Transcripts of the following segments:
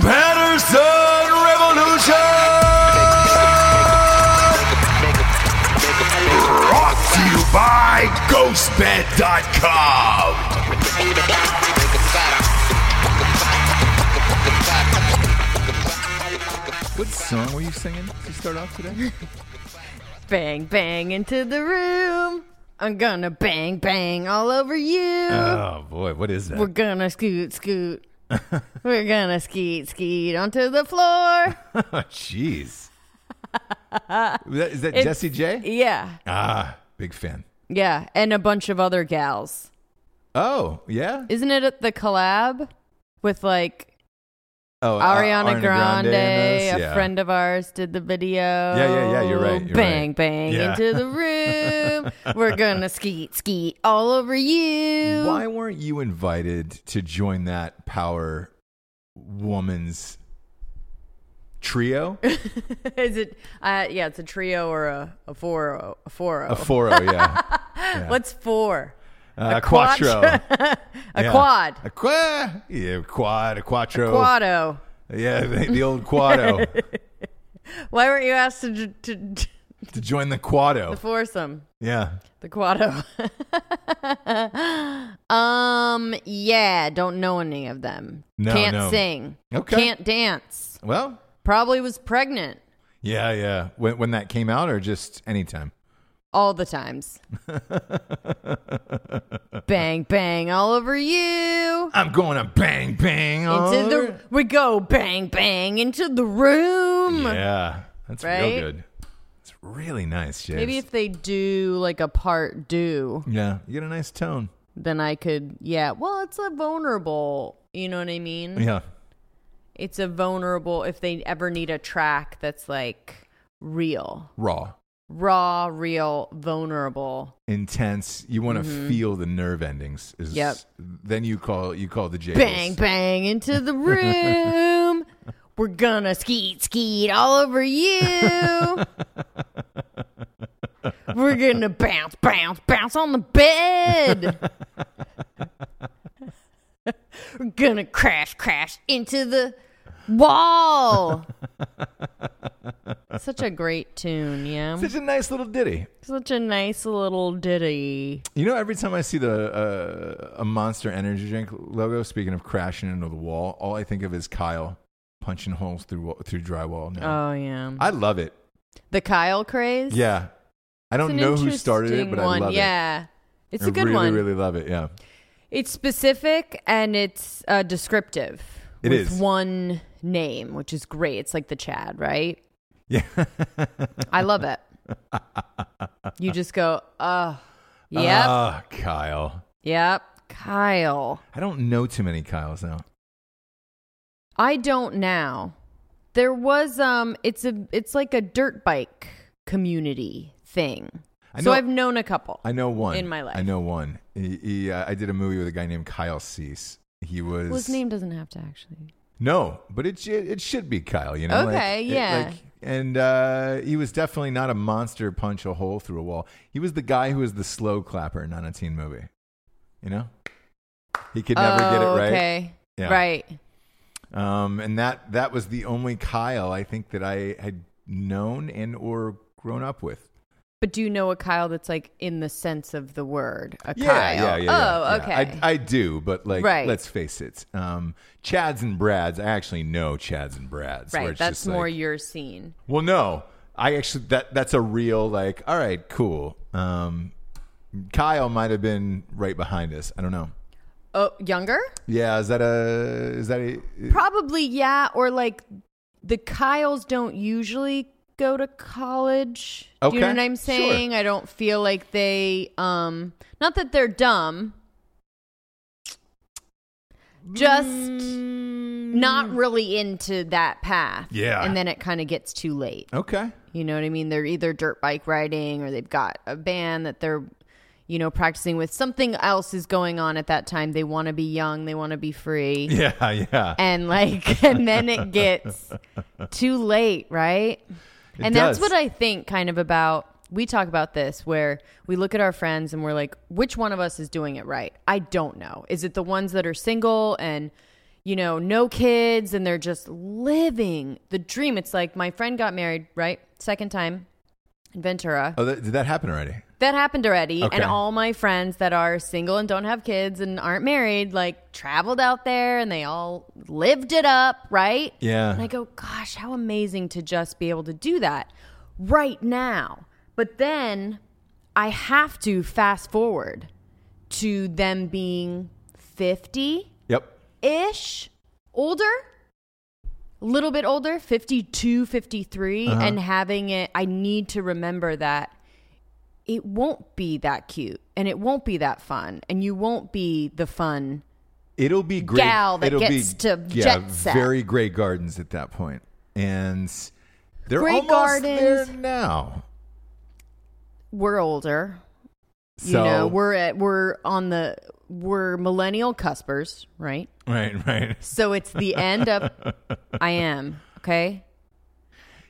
Patterson Revolution! Brought to you by GhostBed.com! What song were you singing to start off today? Bang, bang into the room. I'm gonna bang, bang all over you. Uh. Oh boy, what is that? We're gonna scoot, scoot. We're gonna skeet, skeet onto the floor. Jeez. That- is that It's- Jesse J? Yeah, Ah, big fan. yeah, and a bunch of other gals. Oh, yeah. Isn't it at the collab with like Oh, uh, Ariana, Grande, and us, a yeah. friend of ours, did the video. yeah, yeah, you're right, you're bang, right. bang Yeah. into the room. We're gonna skeet, skeet all over you. Why weren't you invited to join that power woman's trio? Is it? Uh, yeah, it's a trio or a a four a four. A foro, oh, yeah. What's four? Uh, A quattro. quattro. a Yeah. quad. A qua- yeah, quad, a quattro. Quado. Yeah, the, the old Quado Why weren't you asked to, to, to to join the Quado. foursome? Yeah, The Quado. um, yeah, don't know any of them. No, Can't no. sing. Okay. Can't dance. well, Probably was pregnant yeah, yeah. When, when that came out, or just anytime. all the times. bang, bang, all over you. I'm going to bang bang on Into the we go bang bang into the room. Yeah, that's Right? real good. It's really nice, James. Maybe if they do like a part do, yeah, you get a nice tone. then I could yeah. Well, it's a vulnerable, you know what I mean? Yeah, It's a vulnerable if they ever need a track that's like real. raw, Raw, real, vulnerable. intense. You want to Mm-hmm. feel the nerve endings. Is, Yep. Then you call you call the jails. Bang bang into the room. We're gonna skeet skeet all over you. We're gonna bounce, bounce, bounce on the bed. We're gonna crash, crash into the wall. Such a great tune, yeah. Such a nice little ditty. Such a nice little ditty. You know, every time I see the uh, a Monster Energy drink logo, speaking of crashing into the wall, all I think of is Kyle punching holes through wa- through drywall. Now. Oh yeah, I love it. the Kyle craze. Yeah, I don't It's know an who started it, interesting but one. I love it. yeah. It's I a good really, one. really love it. Yeah, It's specific and it's uh, descriptive. It with is. one name, which is great. It's like the Chad, right? yeah. I love it. you just go, uh, yep, Ah, Kyle. yep, Kyle. I don't know too many Kyles now. I don't now. There was um, it's a it's like a dirt bike community thing. I so know- I've known a couple. I know one In my life. I know one. He, he, uh, I did a movie with a guy named Kyle Cease. He was well, his name doesn't have to actually. No, but it sh- it, it should be Kyle. You know. like, Okay, it- yeah. like- and uh, he was definitely not a monster punch a hole through a wall. He was the guy who was the slow clapper in on a teen movie. You know. He could never get it Oh, right. Okay. Yeah. Right. Um, and that that was the only Kyle I think that I had known and or grown up with. But do you know a Kyle that's like in the sense of the word? A Yeah, Kyle. yeah, yeah, yeah, oh, yeah. okay. I, I do, but like, Right. let's face it. Um, Chads and Brads. I actually know Chads and Brads. where right. it's That's just more Like, your scene. well, no, I actually that that's a real like. All right, cool. Um, Kyle might have been right behind us. I don't know. Oh, younger? Yeah, is that a is that a Probably, yeah. Or like the Kyles don't usually go to college. Do you know Okay, what I'm sure. saying? I don't feel like they, um, not that they're dumb, just not really into that path. Mm. Yeah. And then it kind of gets too late. okay? You know what I mean? They're either dirt bike riding or they've got a band that they're, you know, practicing with. Something else is going on at that time. They want to be young, they want to be free. Yeah, yeah. And like, and then it gets too late, right? It and that's does. what I think kind of about. We talk about this where we look at our friends and we're like, which one of us is doing it right? I don't know. Is it the ones that are single and, you know, no kids and they're just living the dream? It's like my friend got married, right? Second time in Ventura. Oh, that, did that happen already? That happened already. Okay. And all my friends that are single and don't have kids and aren't married, like, traveled out there and they all lived it up, right? Yeah. And I go, gosh, how amazing to just be able to do that right now. But then I have to fast forward to them being 50 Yep. ish, older, a little bit older, 52, 53, Uh-huh. and having it. I need to remember that it won't be that cute and it won't be that fun and you won't be the fun. it'll be great. gal that it'll gets be, to yeah, jet set. very great gardens at that point, and they're Grey almost there Gardens. now. We're older, So you know, we're at, we're on the, we're millennial cuspers, right? right, right. So it's the end of I am, okay?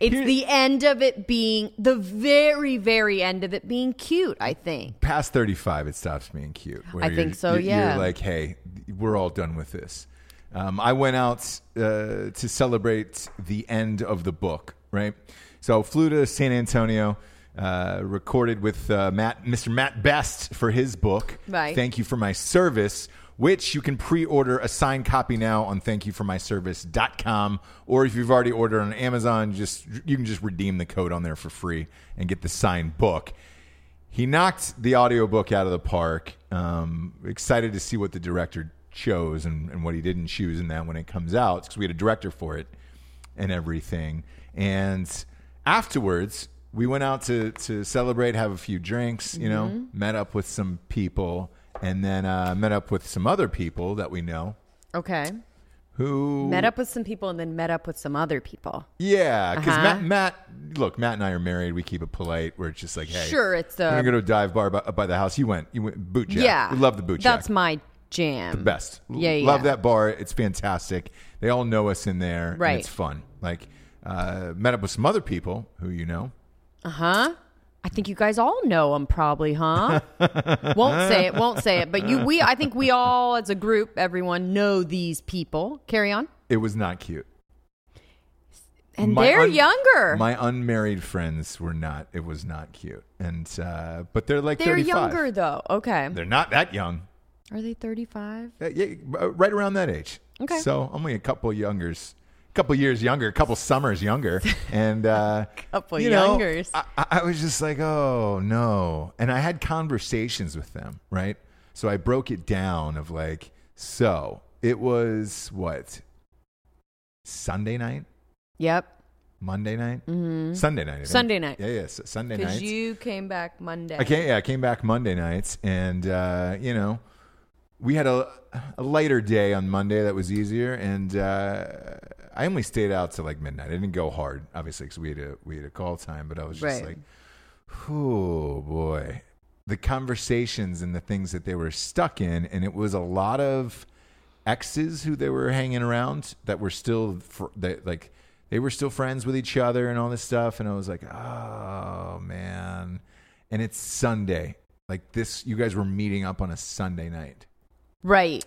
It's Here- the end of it being the very, very end of it being cute, I think. Past thirty-five, it stops being cute. where I think you're- so, you're- yeah. you're like, hey, we're all done with this. Um, I went out uh, to celebrate the end of the book, right? So flew to San Antonio, uh, recorded with uh, Matt, Mr. Matt Best for his book. Right. Thank you for my service, which you can pre-order a signed copy now on thankyouformyservice.com or if you've already ordered on Amazon, just you can just redeem the code on there for free and get the signed book. He knocked the audiobook out of the park. Um, excited to see what the director chose and, and what he didn't choose in that when it comes out because we had a director for it and everything. And afterwards, we went out to, to celebrate, have a few drinks, you know, Mm-hmm. met up with some people, and then uh, met up with some other people that we know Okay. who Met up with some people and then met up with some other people. Yeah, because Uh-huh. Matt, Matt, look, Matt and I are married. We keep it polite. We're just like, hey, Sure, it's a- We're gonna go to a dive bar by, by the house. You went, you went boot jack. Yeah. we love the boot That's jack. my jam. best. Yeah, yeah. love that bar. It's fantastic. They all know us in there. and Right. it's fun. Like, uh, met up with some other people who you know. Uh huh. I think you guys all know him, probably, huh? won't say it. Won't say it. But you, we, I think we all, as a group, everyone know these people. Carry on. It was not cute. And My they're un- younger. My unmarried friends were not. It was not cute. And uh, but they're like they're 35. younger though. Okay. They're not that young. Are they 35? Uh, yeah, uh, right around that age. Okay. So only a couple youngers, couple years younger, a couple summers younger, and Oh uh, Couple you know, youngers. I, I I was just like, oh no, and I had conversations with them, right? So I broke it down of like, so it was what Sunday night, Yep. Monday night, Sunday night, Mm-hmm. I think. Sunday night. yeah, yeah, S- Sunday night. Because you came back Monday. I came, yeah, I came back Monday nights, and uh, you know, we had a, a lighter day on Monday that was easier, and uh, I only stayed out till like midnight. I didn't go hard, obviously, because we had a we had a call time, but I was just Right. like, oh boy, the conversations and the things that they were stuck in, and it was a lot of exes who they were hanging around that were still fr- that like they were still friends with each other and all this stuff and i was like oh man and it's sunday like this you guys were meeting up on a sunday night Right.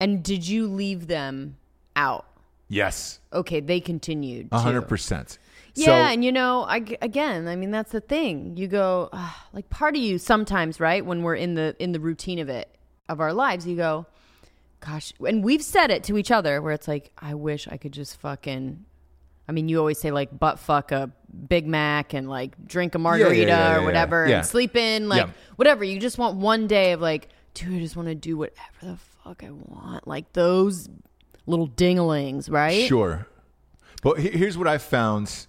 And did you leave them out? yes Okay, they continued. a to. 100% Yeah, and you know, I, again, I mean, that's the thing. You go ah, like part of you sometimes, right? When we're in the in the routine of it of our lives, you go, "Gosh," and we've said it to each other, where it's like, "I wish I could just fucking." I mean, you always say like butt fuck a Big Mac and like drink a margarita yeah, yeah, or whatever yeah. and sleep in like Yeah. whatever. You just want one day of like, dude, I just want to do whatever the fuck I want. Like those little dinglings, right? Sure. But he- here's what I've found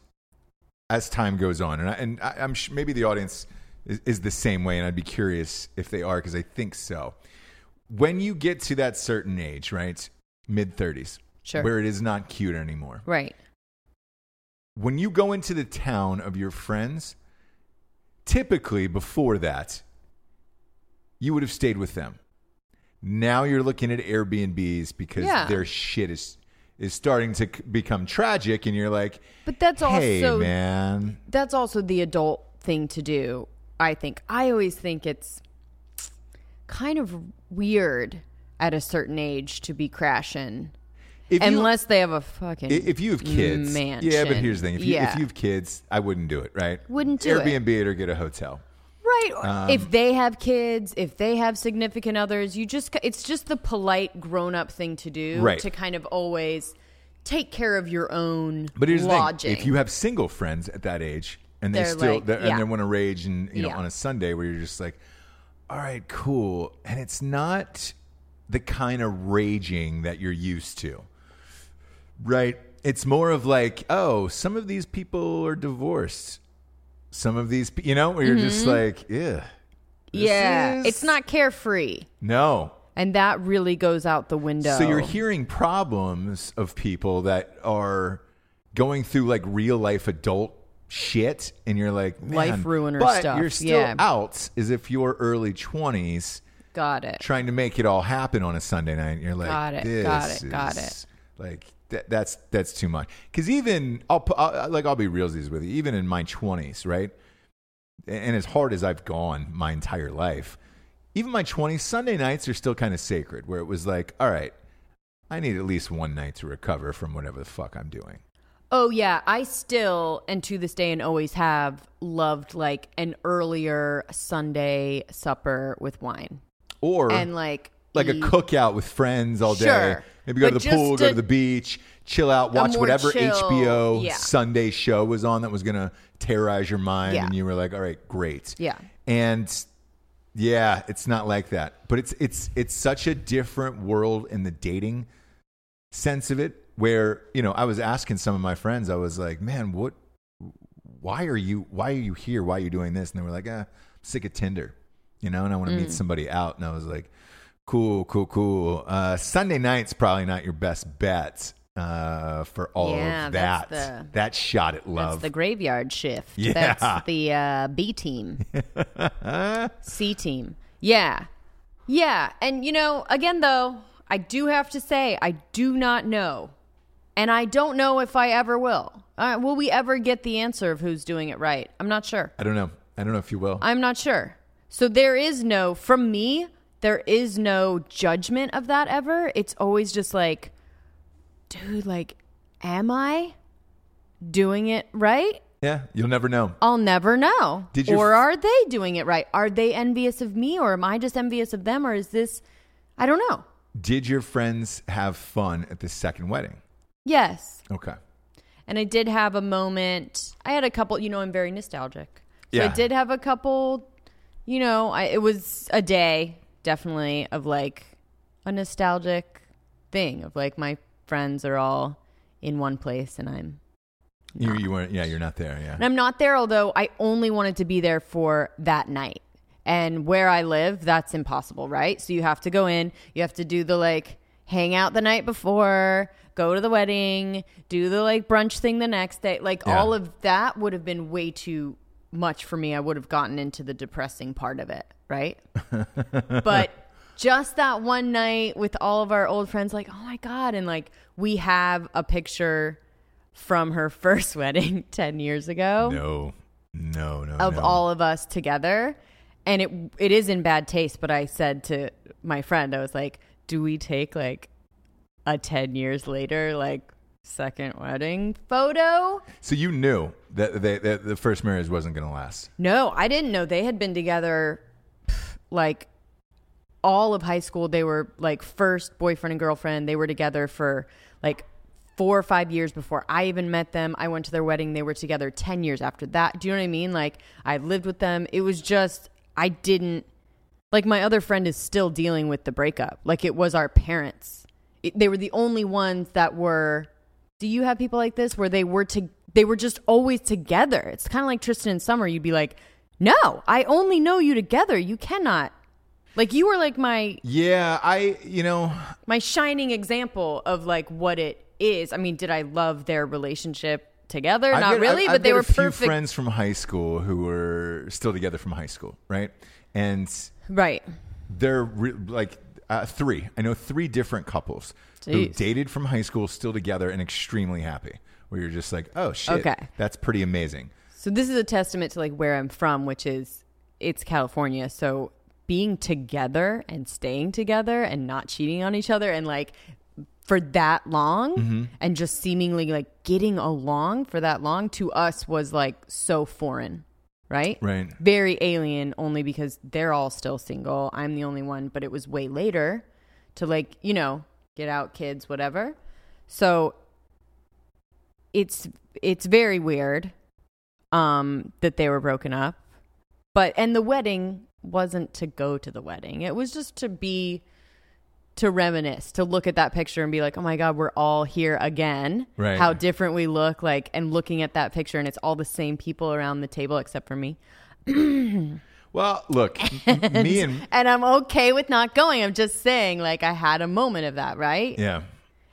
as time goes on, and I, and I, I'm sh- maybe the audience is, is the same way, and I'd be curious if they are because I think so. When you get to that certain age, right, mid 30s, Sure. where it is not cute anymore, Right. when you go into the town of your friends, typically before that, you would have stayed with them. Now you're looking at Airbnbs because Yeah. their shit is is starting to c- become tragic, and you're like, But that's "Hey, also man, that's also the adult thing to do. I think I always think it's kind of weird at a certain age to be crashing if you- unless they have a fucking i- if you have kids, mansion. yeah. But here's the thing: if you, Yeah. if you have kids, I wouldn't do it. Right? Wouldn't do it. Airbnb it or get a hotel. right or um, if they have kids, if they have significant others, you just it's just the polite grown-up thing to do Right. to kind of always take care of your own But here's lodging. the thing: if you have single friends at that age, and they They're still like- they're- yeah. and they want to rage, and you know, Yeah. on a Sunday where you're just like, "All right, cool," and it's not the kind of raging that you're used to, right? It's more of like, "Oh, some of these people are divorced." Some of these, pe- you know, where you're just like, "Yeah, Mm-hmm. yeah, is- it's not carefree. no." And that really goes out the window. So you're hearing problems of people that are going through like real life adult shit, and you're like Man, Life ruiner but stuff, You're still yeah. out as if you're early twenties Got it. trying to make it all happen on a Sunday night. And you're like, Got it, this got it, got is- Like that, that's that's too much. Because even I'll, pu- I'll like I'll be realsies with you. Even in my twenties, right? And as hard as I've gone my entire life, even my twenties, Sunday nights are still kind of sacred. Where it was like, all right, I need at least one night to recover from whatever the fuck I'm doing. Oh yeah, I still and to this day and always have loved like an earlier Sunday supper with wine Or and like e, like a eat- cookout with friends all day. Sure. Maybe go But to the pool, just go a- to the beach, chill out, watch more whatever chill- HBO yeah. Sunday show was on that was going to terrorize your mind. Yeah. And you were like, all right, great. Yeah. And yeah, it's not like that. But it's, it's, it's such a different world in the dating sense of it where, you know, I was asking some of my friends, I was like, man, what, why are you, why are you here? Why are you doing this? And they were like, ah, I'm sick of Tinder, you know, and I want to Mm. meet somebody out. And I was like, Cool, cool, cool. Uh, Sunday night's probably not your best bet uh, for all Yeah, of that. that's the- that shot at love. That's the graveyard shift. Yeah. That's the uh, B team, C team. Yeah. Yeah. And, you know, again, though, I do have to say, I do not know. And I don't know if I ever will. Uh, will we ever get the answer of who's doing it right? I'm not sure. I don't know. I don't know if you will. I'm not sure. So there is no, from me, there is no judgment of that ever. It's always just like, dude, like, am I doing it right? yeah, you'll never know. I'll never know. Did your or f- are they doing it right? Are they envious of me or am I just envious of them or is this I don't know. Did your friends have fun at this second wedding? Yes. Okay. And I did have a moment. I had a couple, you know, I'm very nostalgic. So I Yeah. did have a couple, you know, I, it was a day definitely of like a nostalgic thing of like my friends are all in one place and I'm You, you weren't. Yeah, you're not there. Yeah. And I'm not there, although I only wanted to be there for that night. And where I live, that's impossible, right? So you have to go in, you have to do the like hang out the night before, go to the wedding, do the like brunch thing the next day. Like Yeah. all of that would have been way too much for me. I would have gotten into the depressing part of it, right? but just that one night with all of our old friends, like, oh my God. And like, we have a picture from her first wedding 10 years ago No. No. No. of no. all of us together. And it it is in bad taste, but I said to my friend, I was like, do we take like a 10 years later, like, second wedding photo? So you knew that, they, that the first marriage wasn't going to last. No, I didn't know they had been together like all of high school. They were like first boyfriend and girlfriend. They were together for like four or five years before I even met them. I went to their wedding. They were together 10 years after that. Do you know what I mean? Like I lived with them. It was just, I didn't, like my other friend is still dealing with the breakup. Like it was our parents. It, they were the only ones that were do you have people like this where they were to they were just always together? It's kind of like Tristan and Summer. You'd be like, "No, I only know you together. You cannot." Like you were like my Yeah. I. You know. my shining example of like what it is. I mean, did I love their relationship together? I've Not got- really, I've- but I've they got were a few perfect. friends from high school who were still together from high school, right? And Right. they're re- like uh, three. I know three different couples who Jeez. dated from high school, still together, and extremely happy. Where you're just like, oh shit, Okay. that's pretty amazing. So this is a testament to like where I'm from, which is it's California. So being together and staying together and not cheating on each other and like for that long and just seemingly like getting along for that long to us was like so foreign, right? Right. Very alien only because they're all still single. I'm the only one, but it was way later to like, you know, get out kids, whatever. So it's it's very weird um that they were broken up but and the wedding wasn't to go to the wedding it was just to be to reminisce to look at that picture and be like oh my god we're all here again Right. how different we look like and looking at that picture and it's all the same people around the table except for me Well, look, m- me and and i'm okay with not going i'm just saying like i had a moment of that right yeah,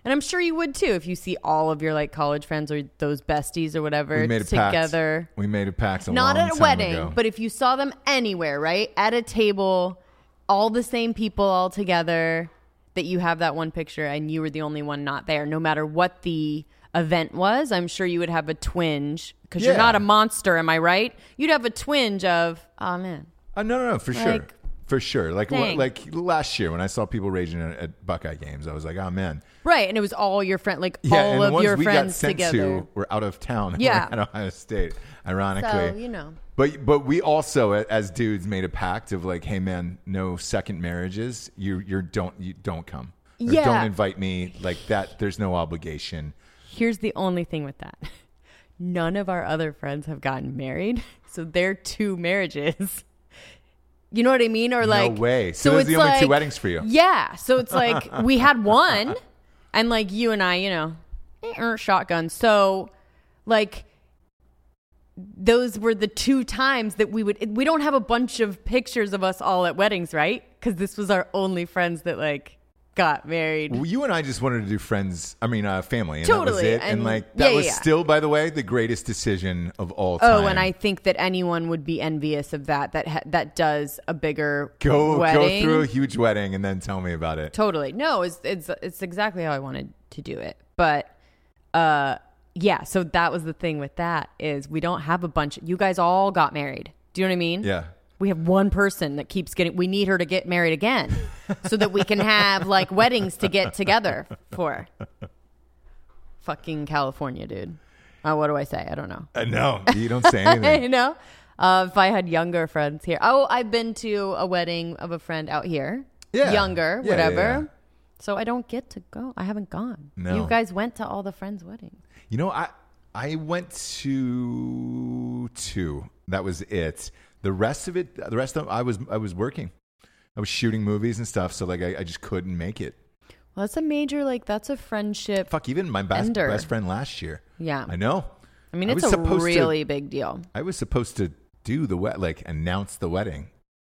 and i'm sure you would too if you see all of your like college friends or those besties or whatever we made a together pact. We made a pact. A not long at a time wedding, ago. but if you saw them anywhere, right? At a table, all the same people all together, that you have that one picture and you were the only one not there, no matter what the event was, I'm sure you would have a twinge because Yeah. you're not a monster, am I right? You'd have a twinge of, oh man, Uh, no, no, no, for sure. like for sure. Like wha- Dang. like last year when I saw people raging at, at Buckeye games, I was like, oh man. Right. And it was all your friend, like Yeah, all and the of ones your we got friends sent together. to were out of town. and Yeah. were at Ohio State, So, ironically. you know. But but we also a- as dudes made a pact of like, hey man, no second marriages. You you don't you don't come. Or Yeah. Don't invite me like that. There's no obligation. Here's the only thing with that. None of our other friends have gotten married. So they're two marriages. You know what I mean? Or like way. So those are the only two weddings for you. Yeah. So it's like we had one and like you and I, you know, eh, er, shotgun. So like those were the two times that we would we don't have a bunch of pictures of us all at weddings, right? Cuz this was our only friends that like got married. Well, you and I just wanted to do friends. I mean, uh, family. And That was Totally, it. And, and- like yeah, that yeah, was yeah. still, by the way, the greatest decision of all time. Oh, and I think that anyone would be envious of that. That ha- that does a bigger go wedding. go through a huge wedding and then tell me about it. Totally. No, it's it's it's exactly how I wanted to do it. But uh yeah, so that was the thing with that is we don't have a bunch you guys all got married. Do you know what I mean? Yeah. We have one person that keeps getting we need her to get married again so that we can have like weddings to get together for. Fucking California, dude. Uh, what do I say? I don't know. Uh, no, you don't say anything. you know, uh, if I had younger friends here. Oh, I've been to a wedding of a friend out here. Yeah. Younger, Yeah, whatever. yeah, yeah. So I don't get to go. I haven't gone. No. You guys went to all the friends' weddings. You know, I I went to two. That was it. The rest of it, the rest of I was I was working. I was shooting movies and stuff, so like I, I just couldn't make it. Well, that's a major, like, that's a friendship. Fuck, even my best Ender. best friend last year. Yeah. I know. I mean, I it's was a supposed to- really big deal. I was supposed to do the wet, like announce the wedding,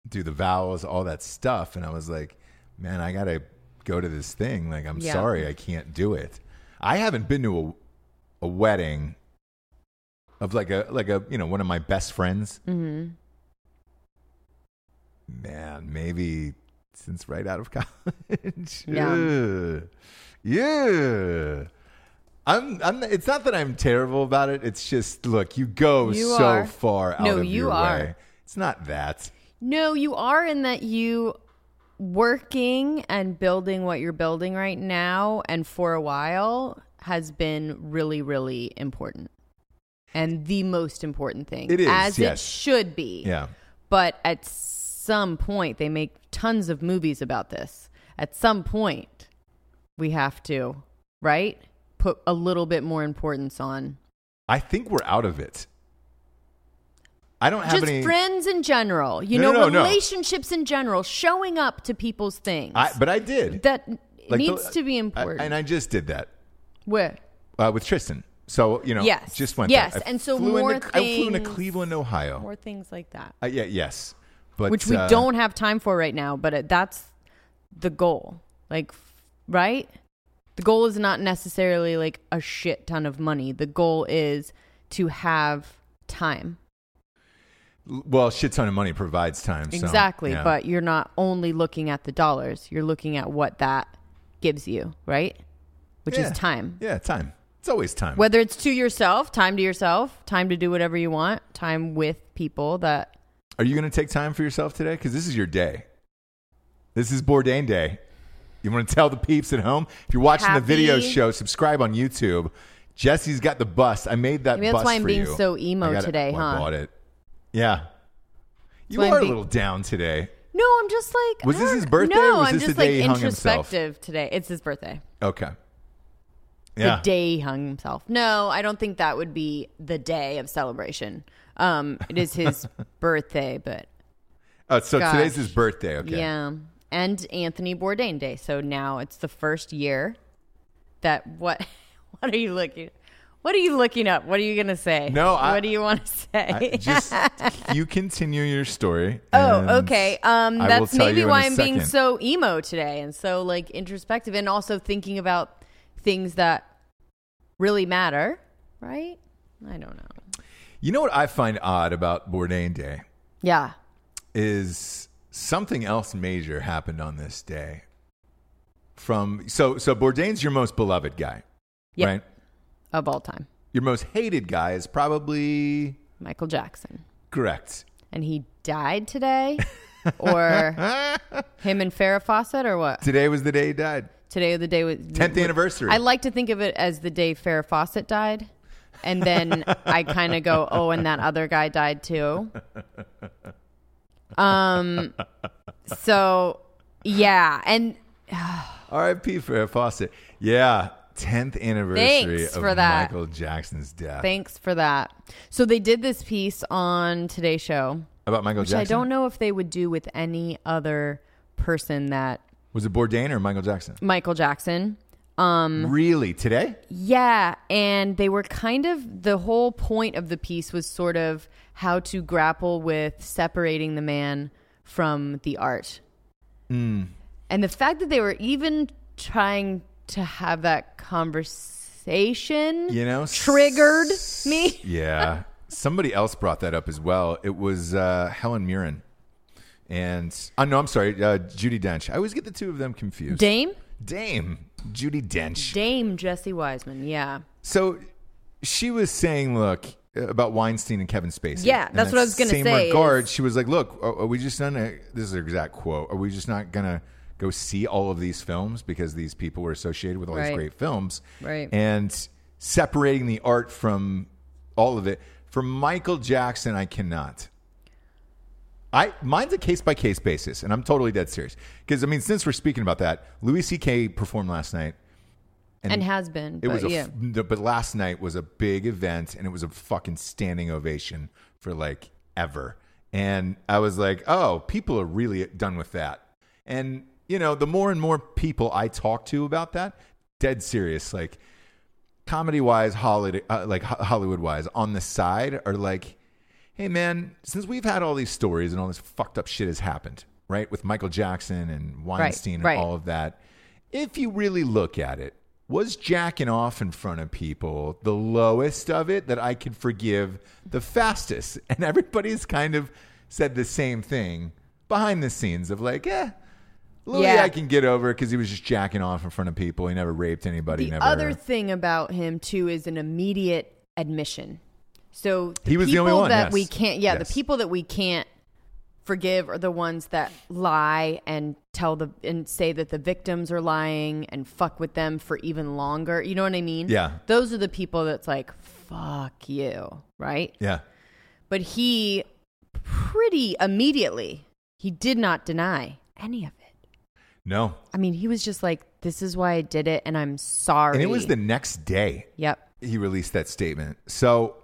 do the vows, all that stuff, and I was like, man, I gotta go to this thing. Like, I'm Yeah. sorry, I can't do it. I haven't been to a a wedding of like a like a you know one of my best friends. hmm Man, maybe since right out of college. Yeah. Ugh. yeah. I'm, I'm. It's not that I'm terrible about it. It's just look, you go You so are. far out No, of you your are. way. It's not that. No, you are in that you working and building what you're building right now and for a while has been really, really important. And the most important thing. It is, As yes. it should be. Yeah. But at some point they make tons of movies about this. At some point we have to, right? Put a little bit more importance on I think we're out of it. I don't have just any. friends in general, you know, No, no, no, no. relationships in general, showing up to people's things. I, but I did. that Like, the- needs to be I- important. and I just did that Where? uh, with Tristan. So you know, Yes. just went. Yes, there. I and so flew more into, I flew into things- Cleveland, Ohio. More things like that, Uh, yeah, yes, but which we uh, don't have time for right now, but it, that's the goal. Like, f- right? The goal is not necessarily like a shit ton of money. The goal is to have time. Well, shit ton of money provides time. so, exactly. yeah. But you're not only looking at the dollars, you're looking at what that gives you, right? Which Yeah. is time. Yeah, time. It's always time. whether it's to yourself, time to yourself, time to do whatever you want, time with people that Are you going to take time for yourself today? Because this is your day. This is Bourdain Day. You want to tell the peeps at home? If you're watching the video Happy- show, subscribe on YouTube. Jesse's got the bust. I made that Maybe that's bust why I'm for being you. so emo I got it. today, Well, I huh? bought it. Yeah. You why I'm are a being- little down today. no, I'm just like Was I this don't- his birthday or No, was I'm this the just day he like hung himself? introspective today. It's his birthday. Okay. Yeah. The day he hung himself. No, I don't think that would be the day of celebration. Um, it is his birthday, but Oh, so Gosh. today's his birthday. Okay. yeah, and Anthony Bourdain Day. So now it's the first year that what? What are you looking? What are you looking up? What are you gonna say? No, I- what do you want to say? I- just you continue your story. and Oh, okay. Um, I will that's tell maybe you in why a I'm being second. so emo today and so like introspective and also thinking about things that really matter, right? I don't know. You know what I find odd about Bourdain Day Yeah. is something else major happened on this day. From so so Bourdain's your most beloved guy, Yep. right? Of all time, Your most hated guy is probably Michael Jackson. correct. And he died today. or him and Farrah Fawcett or what? Today was the day he died. Today of the day was 10th anniversary. I like to think of it as the day Farrah Fawcett died, and then I kind of go, "Oh, and that other guy died too." Um. So yeah, and R.I.P. Farrah Fawcett. Yeah, 10th anniversary Thanks of for that. Michael Jackson's death. thanks for that. So they did this piece on Today Show, About Michael which I Jackson. don't know if they would do with any other person that Was it Bourdain or Michael Jackson? Michael Jackson. Um, Mm. Really? Today? Yeah, and they were kind of the whole point of the piece was sort of how to grapple with separating the man from the art. Hmm. And the fact that they were even trying to have that conversation You know? triggered me. Yeah. Somebody else brought that up as well. It was uh, Helen Mirren. And, oh, no, I'm sorry, uh, Judy Dench. I always get the two of them confused. Dame? Dame. Judy Dench. Dame Jesse Wiseman, yeah. So she was saying, look, about Weinstein and Kevin Spacey. Yeah, In that's that what I was gonna same say regard, is- she was like, look, are, are we just gonna? This is her exact quote. Are we just not gonna go see all of these films because these people were associated with all these Right. great films? Right. And separating the art from all of it. For Michael Jackson, I cannot. I mine's a case by case basis, and I'm totally dead serious. Because I mean, since we're speaking about that, Louis C.K. performed last night. And, has been. It but was a, yeah. f- the- but last night was a big event and it was a fucking standing ovation for like ever. And I was like, oh, people are really done with that. And you know, the more and more people I talk to about that, dead serious, like comedy wise, Hollywood, uh, like Hollywood wise, on the side are like, hey man, since we've had all these stories and all this fucked up shit has happened, right, with Michael Jackson and Weinstein right. and all of that, if you really look at it, was jacking off in front of people the lowest of it that I could forgive the fastest? And everybody's kind of said the same thing behind the scenes of like, eh. Louis, Yeah. I can get over because he was just jacking off in front of people. He never raped anybody. The never. other thing about him too is an immediate admission. So the He was the people only one, that yes. we can't. Yeah, Yes. the people that we can't forgive are the ones that lie and tell the and say that the victims are lying and fuck with them for even longer. You know what I mean? Yeah. Those are the people that's like fuck you, right? yeah. But he pretty immediately he did not deny any of it. No. I mean, he was just like, "This is why I did it, and I'm sorry." And it was the next day yep. he released that statement. So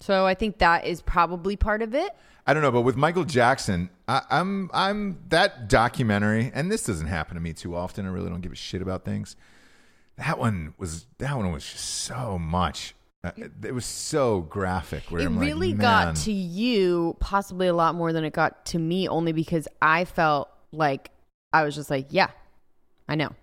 So I think that is probably part of it. I don't know, but with Michael Jackson, I, I'm I'm that documentary, and this doesn't happen to me too often. I really don't give a shit about things. That one was that one was just so much. Uh, it was so graphic. Where It I'm really like, got "Man." to you possibly a lot more than it got to me, only because I felt like I was just like, yeah, I know.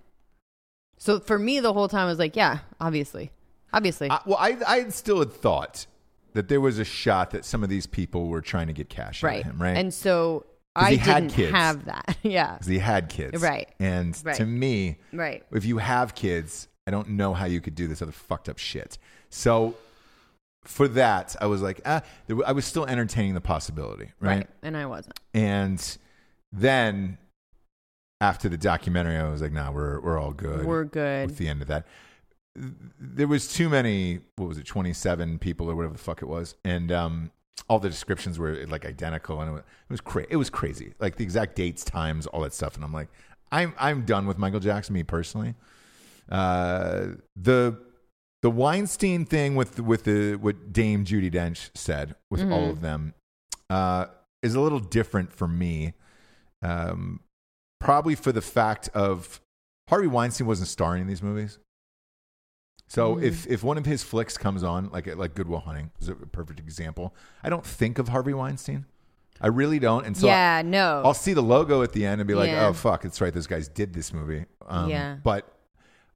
So for me, the whole time I was like, yeah, obviously, obviously, I, well, I I still had thought that there was a shot that some of these people were trying to get cash out right, of him, right? And so 'Cause I he had didn't kids. have that. yeah, 'Cause he had kids, Right. And Right. to me, right. if you have kids, I don't know how you could do this other fucked up shit. So for that, I was like, ah, there, I was still entertaining the possibility, right? Right. And I wasn't. And then after the documentary, I was like, nah, we're we're all good. We're with good. the end of that. There was too many. What was it? Twenty seven people or whatever the fuck it was, and um, all the descriptions were like identical, and it was it was, cra- it was crazy. Like the exact dates, times, all that stuff, and I'm like, I'm I'm done with Michael Jackson. Me personally, uh, the the Weinstein thing with with the what Dame Judy Dench said with all of them uh, is a little different for me. Um, probably for the fact of Harvey Weinstein wasn't starring in these movies. So if if one of his flicks comes on, like like Goodwill Hunting is a perfect example. I don't think of Harvey Weinstein. I really don't. And so I- yeah. no. I'll see the logo at the end and be like, Yeah. "Oh fuck, it's right. Those guys did this movie." Um, Yeah. But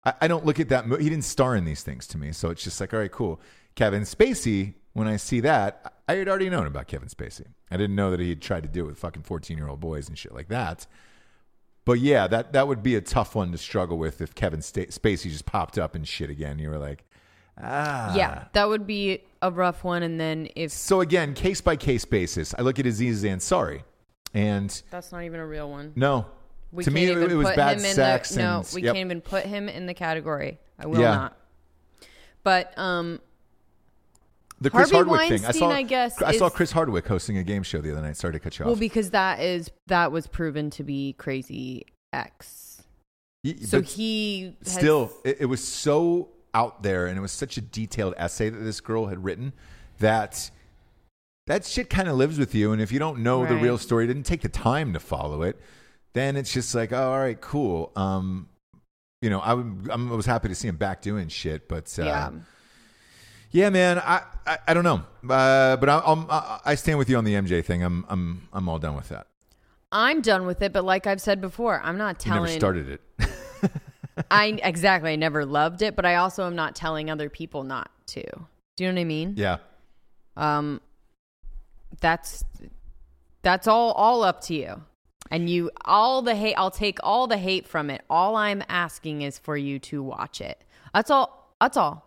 I, I don't look at that. Mo- he didn't star in these things to me, so it's just like, all right, cool. Kevin Spacey. When I see that, I I had already known about Kevin Spacey. I didn't know that he had tried to do it with fucking fourteen-year-old boys and shit like that. But yeah, that that would be a tough one to struggle with if Kevin Sta- Spacey just popped up and shit again. You were like, ah, yeah, that would be a rough one. And then if So again, case by case basis, I look at Aziz Ansari And That's not even a real one. no, We to me can't it, even it was put bad him in sex. The, and, no, we yep. can't even put him in the category. I will Yeah. not. But um, the Chris Harvey Hardwick thing. I Weinstein, saw. I guess, I saw is- Chris Hardwick hosting a game show the other night. Sorry to cut you well, off. because that is that was proven to be crazy X. Y- So but he has- still, it, it was so out there, and it was such a detailed essay that this girl had written that that shit kind of lives with you. And if you don't know the Right. real story, didn't take the time to follow it, then it's just like, oh, all right, cool. Um, you know, I, would, I'm, I was happy to see him back doing shit, but uh, yeah. yeah. man, I, I, I don't know, uh, but I, I'm, I, I stand with you on the MJ thing. I'm, I'm, I'm all done with that. I'm done with it, but like I've said before, I'm not You never telling. started it. I exactly. I never loved it, but I also am not telling other people not to. Do you know what I mean? yeah, Um, that's that's all all up to you. And you all the hate. I'll take all the hate from it. All I'm asking is for you to watch it. That's all. That's all.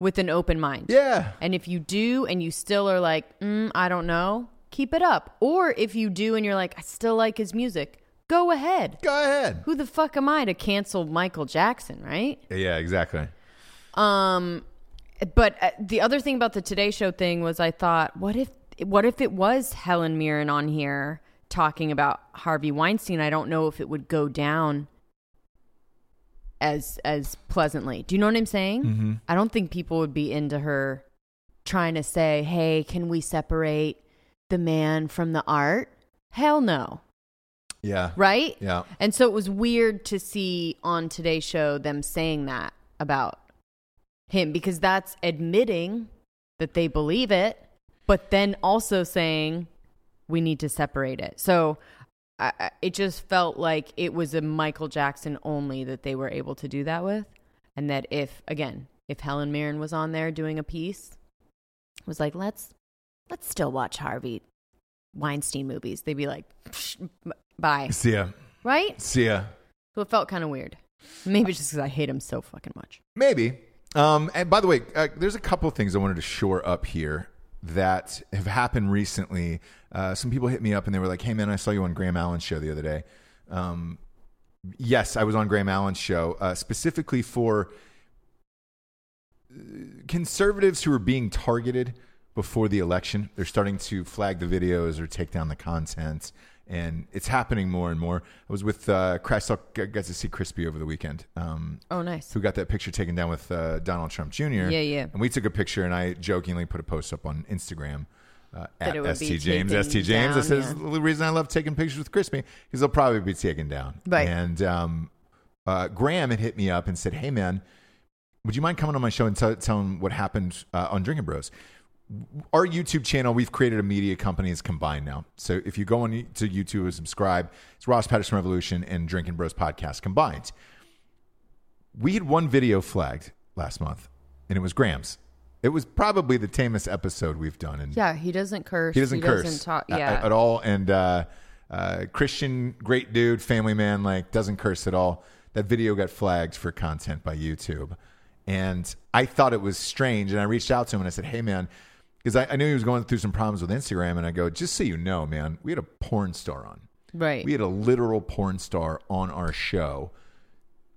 With an open mind. yeah. And if you do, and you still are like, mm, I don't know, keep it up. Or if you do, and you're like, I still like his music, go ahead. Go ahead. Who the fuck am I to cancel Michael Jackson, right? Yeah, exactly. Um, but uh, the other thing about the Today Show thing was, I thought, what if, what if it was Helen Mirren on here talking about Harvey Weinstein? I don't know if it would go down as as pleasantly. Do you know what I'm saying? I don't think people would be into her trying to say, "Hey, can we separate the man from the art?" Hell no, Yeah. right? Yeah. And so it was weird to see on today's show them saying that about him because that's admitting that they believe it, but then also saying we need to separate it. So I, I- it just felt like it was a Michael Jackson only that they were able to do that with. And that if, again, if Helen Mirren was on there doing a piece, was like, let's, let's still watch Harvey Weinstein movies. They'd be like, "Psh, m- bye. See ya. Right? See ya. So it felt kind of weird. Maybe it's just because I hate him so fucking much. Maybe. Um, and by the way, uh, there's a couple of things I wanted to shore up here that have happened recently. Uh, some people hit me up and they were like, "Hey, man, I saw you on Graham Allen's show the other day." Um, yes, I was on Graham Allen's show uh, specifically for uh, conservatives who are being targeted before the election. They're starting to flag the videos or take down the content, and it's happening more and more. I was with uh, Crash Talk, got to see Crispy over the weekend. Um, Oh, nice. who got that picture taken down with uh, Donald Trump Jr. Yeah, yeah. And we took a picture, and I jokingly put a post up on Instagram uh, at it would St be James. taken St James. I down, said "This yeah. is the reason I love taking pictures with Crispy because they'll probably be taken down. Right. And um, uh, Graham had hit me up and said, "Hey, man, would you mind coming on my show and tell telling what happened uh, on Drinking Bros?" our YouTube channel, we've created a media company that's combined now. So if you go on to YouTube and subscribe, it's Ross Patterson Revolution and Drinking Bros Podcast combined. We had one video flagged last month, and it was Graham's. It was probably the tamest episode we've done in Yeah, he doesn't curse. he doesn't curse talk. a- a- Yeah. at, all. And uh, uh, Christian, great dude, family man, like doesn't curse at all. That video got flagged for content by YouTube, and I thought it was strange. And I reached out to him and I said, "Hey, man." Because I, I knew he was going through some problems with Instagram, and I go, just so you know, man, we had a porn star on. right. We had a literal porn star on our show.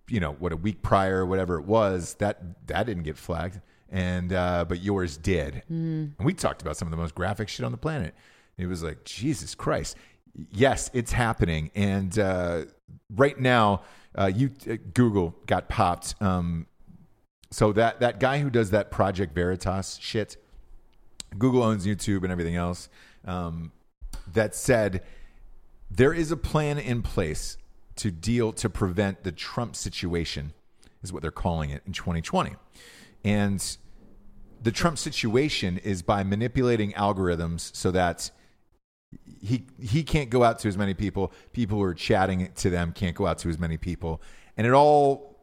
You know what? A week prior, whatever it was, that that didn't get flagged, and uh, but yours did. And we talked about some of the most graphic shit on the planet. It was like Jesus Christ. Yes, it's happening, and uh, right now, uh, you uh, Google got popped. Um, so that that guy who does that Project Veritas shit, Google owns YouTube and everything else. Um, that said, there is a plan in place to deal to prevent the Trump situation, is what they're calling it in 2020. And the Trump situation is by manipulating algorithms so that he he can't go out to as many people, people who are chatting to them can't go out to as many people, and it all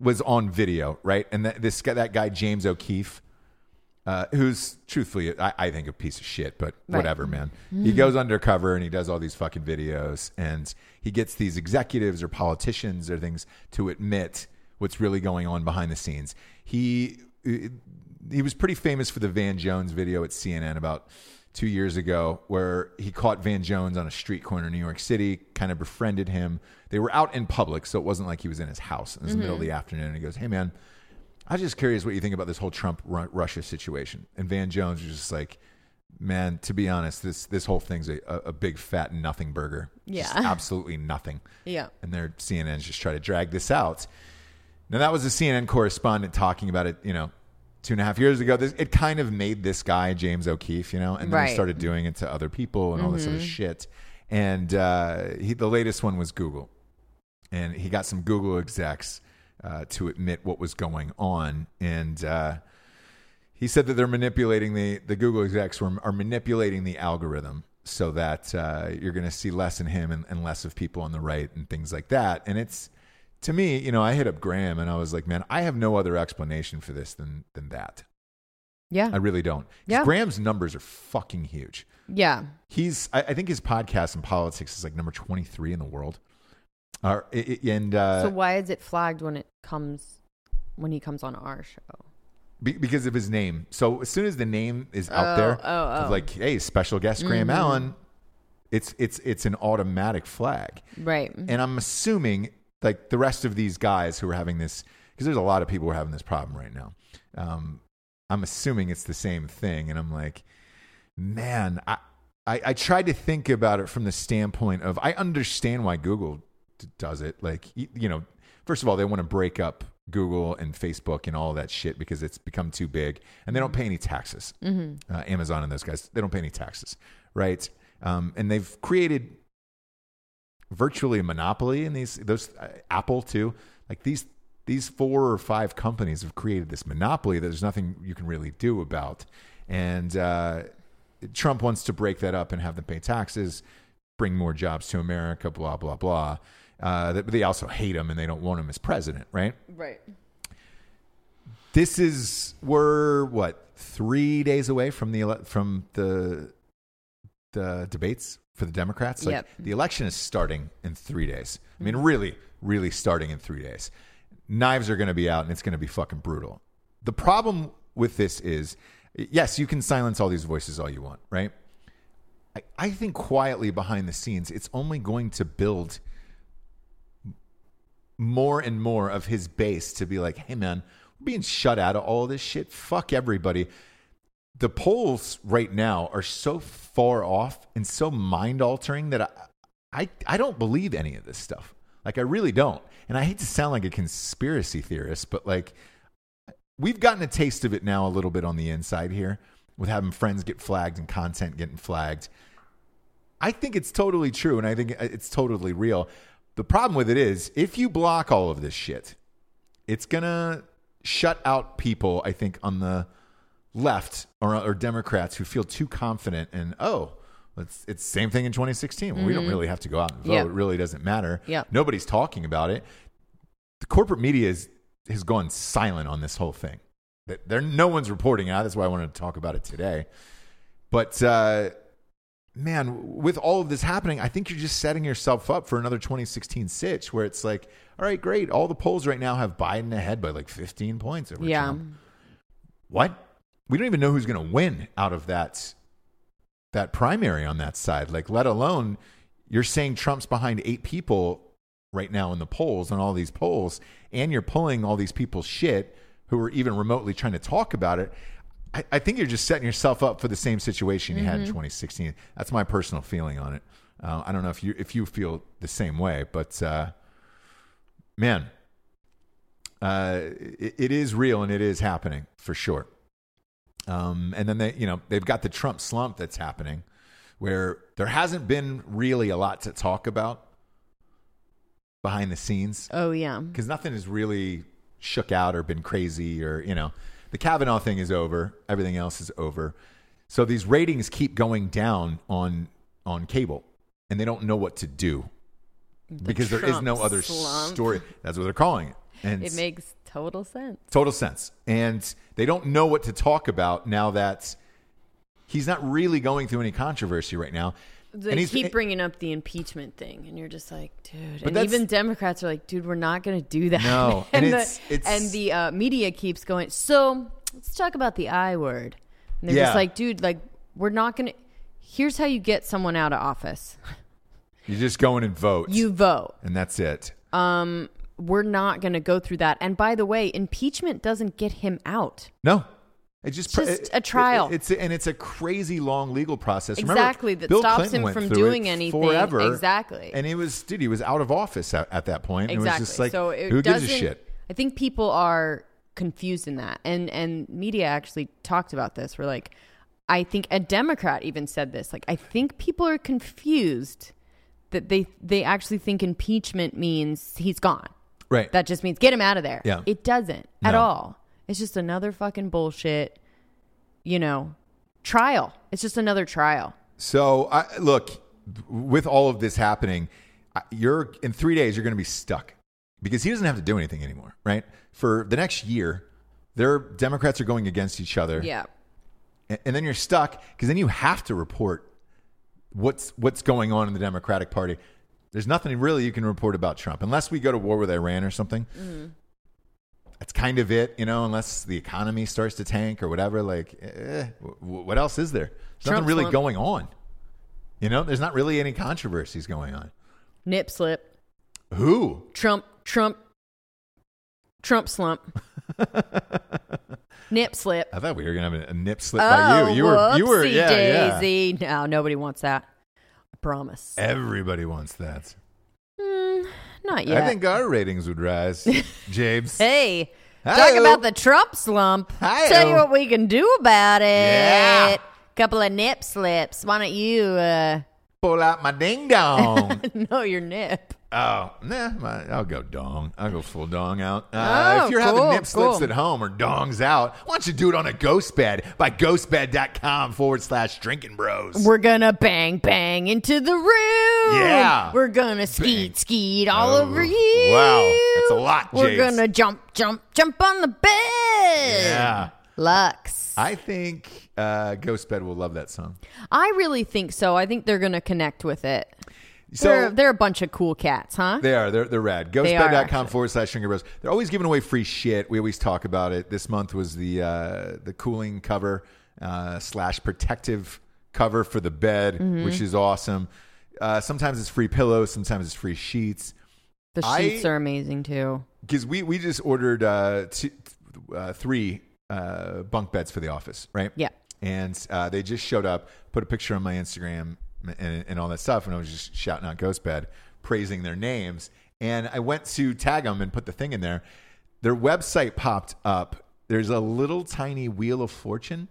was on video, right? And that, this guy, that guy James O'Keefe, uh, who's truthfully, I, I think a piece of shit, but Right. whatever, man. He goes undercover and he does all these fucking videos, and he gets these executives or politicians or things to admit what's really going on behind the scenes. uh, He he was pretty famous for the Van Jones video at CNN about two years ago where he caught Van Jones on a street corner in New York City, kind of befriended him. They were out in public, so it wasn't like he was in his house. It was the middle of the afternoon. And he goes, Hey, man, I was just curious what you think about this whole Trump Ru- Russia situation. And Van Jones was just like, Man, to be honest, this this whole thing's a, a, a big fat nothing burger. Just Yeah. absolutely nothing. Yeah. And their CNNs just try to drag this out. Now that was a CNN correspondent talking about it, you know, two and a half years ago. This, it kind of made this guy James O'Keefe, you know, and then Right. he started doing it to other people and all this other shit. And uh, he, the latest one was Google, and he got some Google execs uh, to admit what was going on, and uh, he said that they're manipulating the the Google execs were, are manipulating the algorithm so that uh, you're going to see less in him and, and less of people on the right and things like that. And it's to me, you know, I hit up Graham and I was like, man, I have no other explanation for this than than that. Yeah. I really don't. 'Cause Yeah. Graham's numbers are fucking huge. yeah. He's, I, I think his podcast in politics is like number 23 in the world. Or, i- i- and uh, so why is it flagged when it comes when he comes on our show? Be- because of his name. So as soon as the name is out Oh, there, oh, of oh. Mm-hmm. like, hey, special guest Graham Allen, it's it's it's an automatic flag. Right. And I'm assuming like the rest of these guys who are having this, because there's a lot of people who are having this problem right now. Um, I'm assuming it's the same thing, and I'm like, man, I, I I tried to think about it from the standpoint of I understand why Google d- does it. Like y- you know, first of all, they want to break up Google and Facebook and all that shit because it's become too big, and they don't pay any taxes. Uh, Amazon and those guys, they don't pay any taxes, right? Um, and they've created virtually a monopoly in these those uh, Apple too. Like these these four or five companies have created this monopoly that there's nothing you can really do about. And uh, Trump wants to break that up and have them pay taxes, bring more jobs to America, blah blah blah. Uh, they- they also hate him and they don't want him as president, right? Right. This is we're what three days away from the ele- from the the debates for the Democrats. Like Yep. the election is starting in three days. I mean, really, really starting in three days. Knives are going to be out, and it's going to be fucking brutal. The problem with this is, yes, you can silence all these voices all you want, right? I, I think quietly behind the scenes, it's only going to build more and more of his base to be like, hey, man, we're being shut out of all this shit. Fuck everybody. The polls right now are so far off and so mind altering that I, I, I don't believe any of this stuff. Like, I really don't. And I hate to sound like a conspiracy theorist, but like, we've gotten a taste of it now a little bit on the inside here with having friends get flagged and content getting flagged. I think it's totally true and I think it's totally real. The problem with it is if you block all of this shit, it's going to shut out people, I think, on the left or, or Democrats who feel too confident and, oh, it's, it's the same thing in 2016. We don't really have to go out and vote. Yeah. It really doesn't matter. Yeah. Nobody's talking about it. The corporate media is, has gone silent on this whole thing. That There, no one's reporting it. That's why I wanted to talk about it today. But uh, man, with all of this happening, I think you're just setting yourself up for another 2016 sitch where it's like, all right, great. All the polls right now have Biden ahead by like 15 points over Yeah. Trump. What? We don't even know who's going to win out of that that primary on that side. Like, let alone you're saying Trump's behind eight people right now in the polls on all these polls, and you're pulling all these people's shit who are even remotely trying to talk about it. I, I think you're just setting yourself up for the same situation you had in 2016. That's my personal feeling on it. Uh, I don't know if you if you feel the same way, but uh, man, uh, it, it is real and it is happening for sure. Um, and then they, you know, they've got the Trump slump that's happening, where there hasn't been really a lot to talk about behind the scenes Oh yeah. because nothing has really shook out or been crazy or you know the kavanaugh thing is over everything else is over so these ratings keep going down on on cable and they don't know what to do because there is Trump no other slump. story that's what they're calling it and It makes total sense. total sense and they don't know what to talk about now that he's not really going through any controversy right now They and he's eh, keep bringing up the impeachment thing, and you're just like, dude. And that's- even Democrats are like, dude, we're not going to do that. No, and, and the, it's- it's- and the uh, media keeps going. So let's talk about the I word. And they're Yeah. just like, dude, like We're not going to. Here's how you get someone out of office You just go in and vote. you vote. and that's it. We're not going to go through that. And by the way, impeachment doesn't get him out. No. It just, Just a trial. it's and it's a crazy long legal process. Remember, Exactly, that Bill stops Clinton him went from through doing it anything. forever. Exactly. And it was, dude, he was out of office at, at that point. It Exactly. was just like, so it who gives doesn't, a shit? I think people are confused in that, and and media actually talked about this. We're like, I think a Democrat even said this. Like, I think people are confused that they they actually think impeachment means he's gone. Right. That just means get him out of there. Yeah. It doesn't at No. all. It's just another fucking bullshit. You know, trial. It's just another trial. So, I, look, with all of this happening, I- you're in three days you're going to be stuck because he doesn't have to do anything anymore, right? For the next year, their Democrats are going against each other, Yeah. A- and then you're stuck because then you have to report what's what's going on in the Democratic Party. There's nothing really you can report about Trump unless we go to war with Iran or something. Mm. That's kind of it, you know. Unless the economy starts to tank or whatever, like, eh, w- w- what else is there? There's nothing Trump's really one- going on. You know, there's not really any controversies going on. Nip slip. Who? Trump, Trump, Trump slump. Nip slip. I thought we were gonna have a, a nip slip oh, by you. You were, you were, yeah, yeah. Daisy. No, nobody wants that. I promise. Everybody wants that. Mm, not yet. I think our ratings would rise, James. hey, talk Hi-oh. about the Trump slump. Hi-oh. Tell you what we can do about it. Yeah. Couple of nip slips. Why don't you uh, Pull out my ding dong. know your nip? Oh, nah, my, I'll go dong. I'll go full dong out. Uh, Oh, if you're cool, having nip slips cool. at home or dongs out, why don't you do it on a ghost bed by ghostbed.com forward slash drinking bros. We're gonna bang bang into the room. Yeah. We're gonna skeet skeet all Oh, over you. wow. That's a lot, We're Jace. gonna jump jump jump on the bed. yeah. Lux. I think uh, Ghost Bed will love that song. I really think so. I think they're gonna connect with it. So they're, they're a bunch of cool cats, huh? They are. They're, they're rad. Uh-huh. are, Ghostbed.com actually. forward slash Drinking Bros. They're always giving away free shit. We always talk about it. This month was the uh, the cooling cover uh, slash protective cover for the bed, Mm-hmm. which is awesome. Uh, sometimes it's free pillows. Sometimes it's free sheets. the I- sheets are amazing too. Because we, we just ordered uh, two, uh, three uh, bunk beds for the office, right? Yeah. And uh, they just showed up, put a picture on my Instagram and, and all that stuff. And I was just shouting out Ghost Bed, praising their names. And I went to tag them and put the thing in there. Their website popped up. There's a little tiny wheel of fortune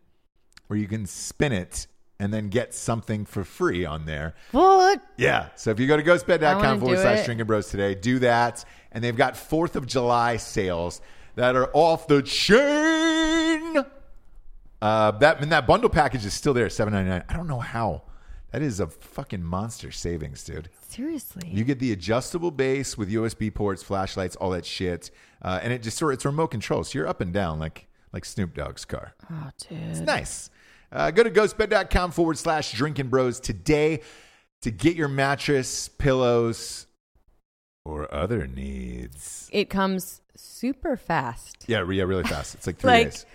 where you can spin it and then get something for free on there. What? Yeah. So if you go to I wanna ghostbed.com forward do slash it. drinking bros today, do that. And they've got 4th of July sales that are off the chain. Uh, that and that bundle package is still there at seven ninety nine. I don't know how. That is a fucking monster savings, dude. Seriously. You get the adjustable base with USB ports, flashlights, all that shit, uh, and it just sort it's remote control, so you're up and down like like Snoop Dogg's car. oh, dude. Nice. Uh, go to ghostbed.com forward slash drinking bros today to get your mattress, pillows, or other needs. It comes super fast. Yeah, re- yeah, really fast. It's like three Like- days.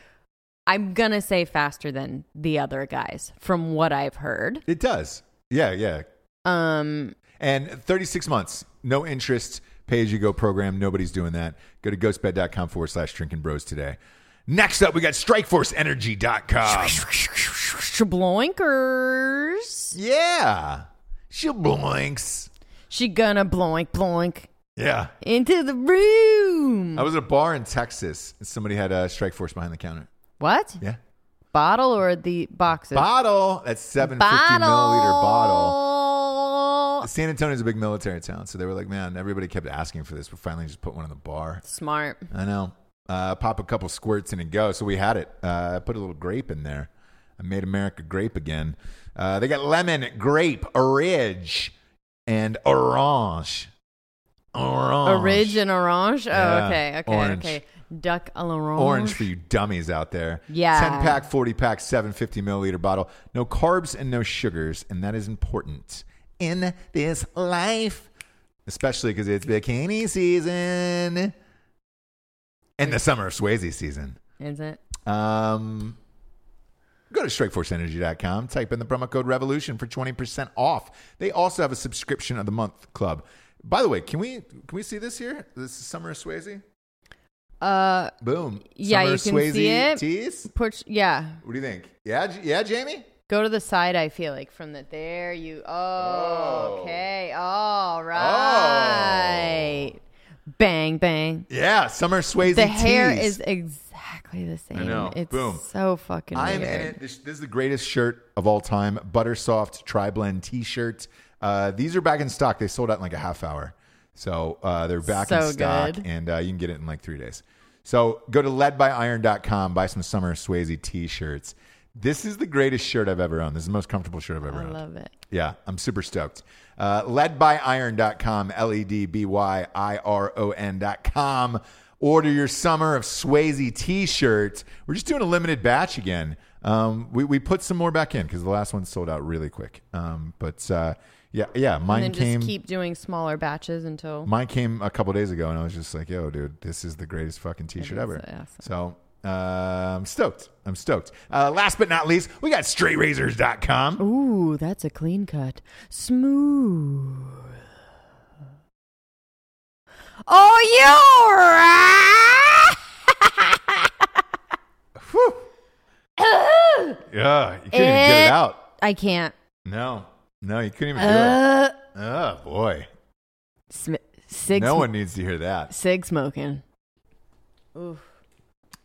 I'm gonna say faster than the other guys from what I've heard. It does. Yeah, yeah. Um And 36 months, no interest, pay as you go program. Nobody's doing that. Go to ghostbed.com forward slash drinking bros today. Next up, we got strikeforceenergy.com. Shabloinkers. Yeah. She blinks. She gonna bloink bloink Yeah. into the room. I was at a bar in Texas and somebody had a strike force behind the counter. What? Yeah. Bottle or the boxes? Bottle. That's 750 milliliter bottle. San Antonio's a big military town. So they were like, man, everybody kept asking for this. We finally just put one in the bar. Smart. I know. Uh, pop a couple squirts in and go. So we had it. Uh, I put a little grape in there. I made America grape again. Uh, they got lemon, grape, orange, and orange. Orange. A ridge and orange. Oh, Yeah. okay, okay, Orange. okay. Duck a l'orange. Orange for you dummies out there. Yeah. 10 pack, 40 pack, 750 milliliter bottle. No carbs and no sugars, and that is important in this life, especially because it's bikini season and the summer of Swayze season. Is it? Um, Go to strikeforceenergy.com, type in the promo code revolution for 20% off. They also have a subscription of the month club. By the way, can we can we see this here? This is Summer Swayze. Uh, Boom. Yeah, Summer you can Swayze see it. Tees. push, yeah. What do you think? Yeah, J- yeah, Jamie. Go to the side. I feel like from the there you. Oh, Oh. okay. All right. Bang bang. Yeah, Summer Swayze. The hair tees. is exactly the same. know. It's Boom. so fucking I am in weird. it. This, this is the greatest shirt of all time. Buttersoft Tri Blend T shirt. Uh, these are back in stock. They sold out in like a half hour. So uh, they're back in So stock good. and uh, you can get it in like three days. So go to ledbyiron.com, buy some Summer Swayze t shirts. This is the greatest shirt I've ever owned. This is the most comfortable shirt I've ever I owned. love it. Yeah, I'm super stoked. Uh, ledbyiron.com, L E D B Y I R O N.com. Order your Summer of Swayze t shirt. We're just doing a limited batch again. Um, we, we put some more back in because the last one sold out really quick. Um, but uh, yeah, yeah, mine And then came. just keep doing smaller batches until. Mine came a couple days ago, and I was just like, "Yo, dude, this is the greatest fucking is T-shirt ever." awesome. So uh, I'm stoked. I'm stoked. Uh, last but not least, we got StraightRazors.com. Ooh, that's a clean cut. Smooth. Oh, you. Yeah, you couldn't even get it It- out. I can't. No, no, you couldn't even do it. Uh, Oh boy, sm- sig, no sm- one needs to hear that. sig smoking. Oof.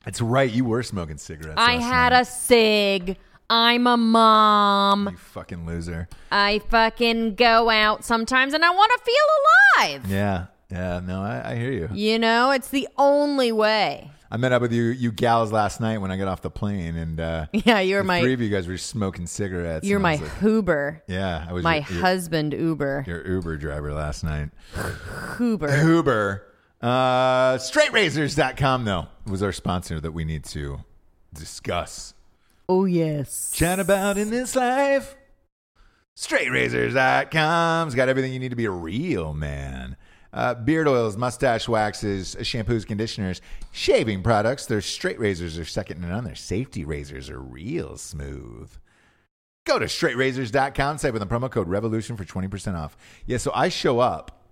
That's right. You were smoking cigarettes. I last had night. a sig. I'm a mom. You fucking loser. I fucking go out sometimes and I want to feel alive. Yeah, yeah. No, I, I hear you. You know, it's the only way. I met up with you, you gals, last night when I got off the plane, and uh, Yeah, you're the my three of you guys were smoking cigarettes. you're and I my was like, Hoober. yeah. I was My your- your- husband Uber. your Uber driver last night. Hoober. Uber. Uh, straightrazors.com, though, was our sponsor that we need to discuss. Oh yes. Chat about in this life. StraightRazors.com's got everything you need to be a real man. Uh, beard oils, mustache waxes, shampoos, conditioners, shaving products. Their straight razors are second to none. Their safety razors are real smooth. Go to straightrazors.com, type in the promo code revolution for 20% off. Yeah, so I show up.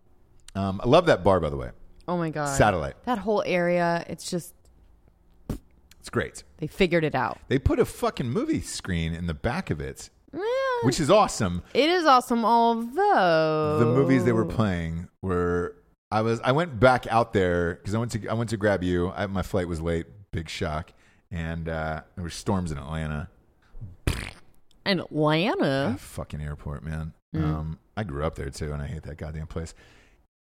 Um, I love that bar, by the way. Oh my god. Satellite. That whole area, it's just It's great. they figured it out. They put a fucking movie screen in the back of it, Yeah. which is awesome. it is awesome although the movies they were playing were I was I went back out there because I went to I went to grab you. I, my flight was late. Big shock. And uh, there were storms in Atlanta. in Ah, Atlanta. fucking airport, man. Um, I grew up there too, and I hate that goddamn place.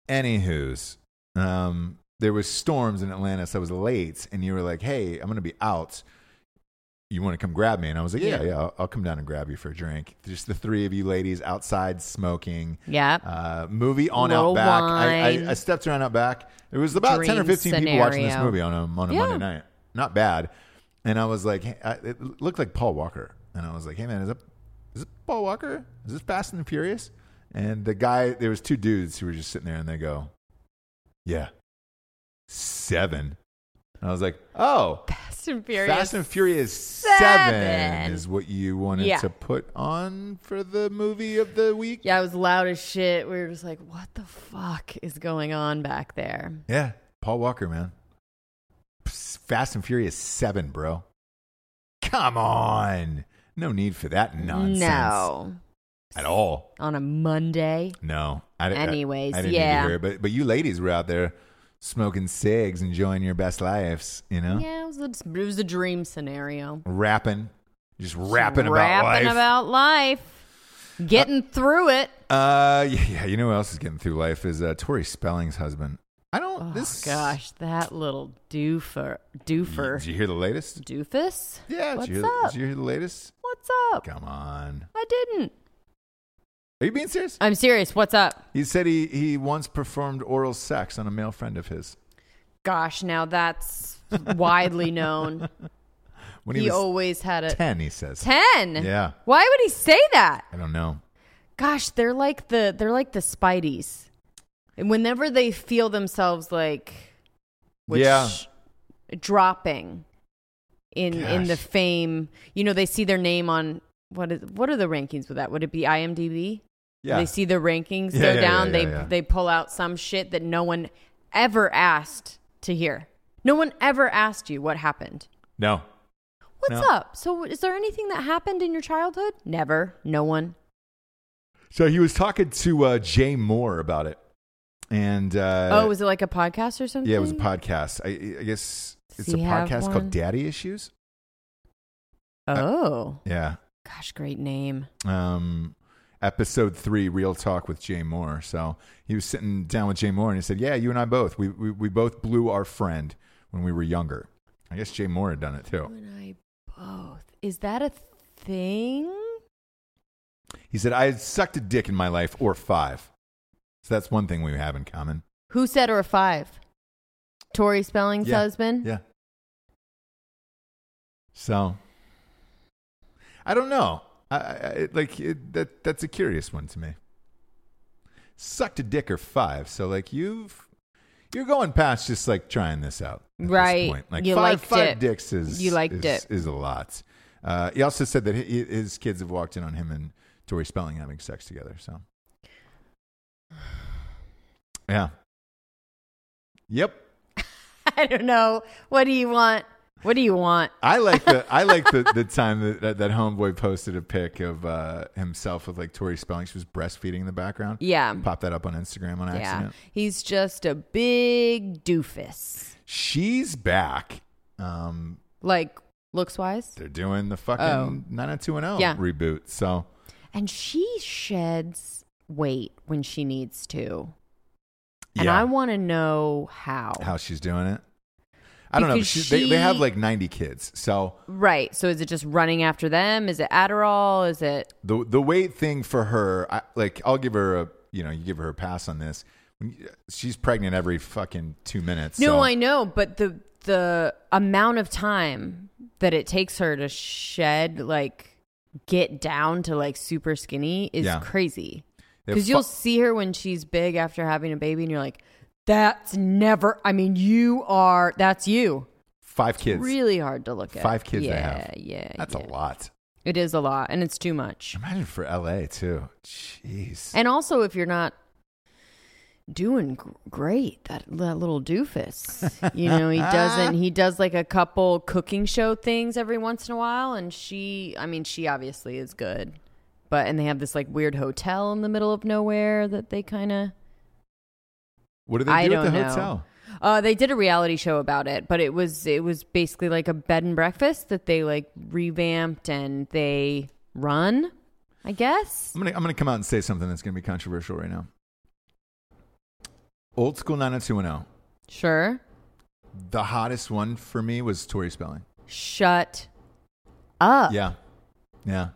Anywho's, um, there was storms in Atlanta, so I was late, and you were like, "Hey, I'm gonna be out. You want to come grab me?" And I was like, "Yeah, yeah, I'll, I'll come down and grab you for a drink." Just the three of you ladies outside smoking. Yeah. Uh, movie on Little out back. I, wine. I, I stepped around out back. It was about ten or Dream fifteen people watching this scenario. movie on a on a Yeah. Monday night. Not bad. And I was like, hey, I, it looked like Paul Walker. And I was like, hey man, is it is it Paul Walker? Is this Fast and the Furious? And the guy, there was two dudes who were just sitting there, and they go, yeah, seven. And I was like, oh, Fast and Furious. Fast and Furious seven, Seven. is what you wanted Yeah. to put on for the movie of the week. yeah, it was loud as shit. We were just like, what the fuck is going on back there? Yeah, Paul Walker, man. Psst, Fast and Furious 7, bro. Come on. No need for that nonsense No. at all. On a Monday. No. I, di- I- Anyways, I, didn't yeah. Need to hear it, but, but you ladies were out there smoking cigs, enjoying your best lives, you know? Yeah, it was a, it was a dream scenario. Rapping. Just rapping about Rapping life. about life. Getting through it. uh, yeah, yeah, you know who else is getting through life is uh, Tori Spelling's husband. I don't. Oh this gosh, that little doofer, Did doofer, you hear the latest? doofus. Yeah. What's did, you hear, up? did you hear the latest? What's up? Come on. I didn't. Are you being serious? I'm serious. What's up? He said he, he once performed oral sex on a male friend of his. Gosh, now that's widely known. When He, he, was always had a 10, he says. ten. Yeah. Why would he say that? I don't know. Gosh, they're like the they're like the Spideys, and whenever they feel themselves like, which Yeah. dropping, in in the Gosh. fame. You know, they see their name on what is what are the rankings with that? Would it be IMDb? Yeah. They see the rankings. Yeah, they're yeah, down. yeah, they yeah, yeah. they pull out some shit that no one ever asked to hear. No one ever asked you what happened. no. What's No. up? So is there anything that happened in your childhood? Never. No one. So he was talking to uh, Jay Moore about it, and uh, oh, was it like a podcast or something? yeah, it was a podcast. I, I guess Does it's a he have podcast one? called Daddy Issues. Oh, Yeah. gosh, great name. um, episode three, Real Talk with Jay Moore. So he was sitting down with Jay Moore and he said, Yeah, you and I both. We, we, we both blew our friend when we were younger. I guess Jay Moore had done it You too. and I both. Is that a thing? He said, I had sucked a dick in my life or five. So that's one thing we have in common. Who said or five? Tori Spelling's Yeah. husband. Yeah. So I don't know. I, I it- like it, that. That's a curious one to me. Sucked a dick or five. So like you've you're going past just like trying this out, at this Right. point. Like You five liked five it. dicks is You liked is, it. is a lot. Uh, he also said that hi- his kids have walked in on him and Tori Spelling having sex together. So yeah. Yep. I don't know. What do you want? What do you want? I like the I like the, the time that, that that homeboy posted a pic of uh, himself with like Tori Spelling. She was breastfeeding in the background. Yeah. Pop that up on Instagram on Yeah. accident. He's just a big doofus. She's back. Um, Like looks wise. they're doing the fucking Oh. 90210 Yeah. reboot. So And she sheds weight when she needs to. And yeah, I want to know how. how she's doing it. I don't know. But Because she, they, they have she- like 90 kids. So Right. So is it just running after them? Is it Adderall? Is it the the weight thing for her, I, like I'll give her a you know you give her a pass on this. When you- She's pregnant every fucking two minutes. No, so- I know, but the the amount of time that it takes her to shed like get down to like super skinny is Yeah. crazy. they have Cuz you'll fu- see her when she's big after having a baby and you're like that's never I mean you are that's you. five kids. really hard to look at. Five kids they yeah, have. Yeah. That's yeah. a lot. It is a lot and it's too much. Imagine for LA too. Jeez. And also if you're not doing gr- great that, that little doofus you know he doesn't he does like a couple cooking show things every once in a while and she i mean she obviously is good but and they have this like weird hotel in the middle of nowhere that they kind of What do they do I at don't the know. hotel? uh they did a reality show about it but it was it was basically like a bed and breakfast that they like revamped and they run i guess I'm gonna I'm gonna come out and say something that's gonna be controversial right now. Old school 90210. sure The hottest one for me was Tori Spelling. shut up Yeah. Yeah.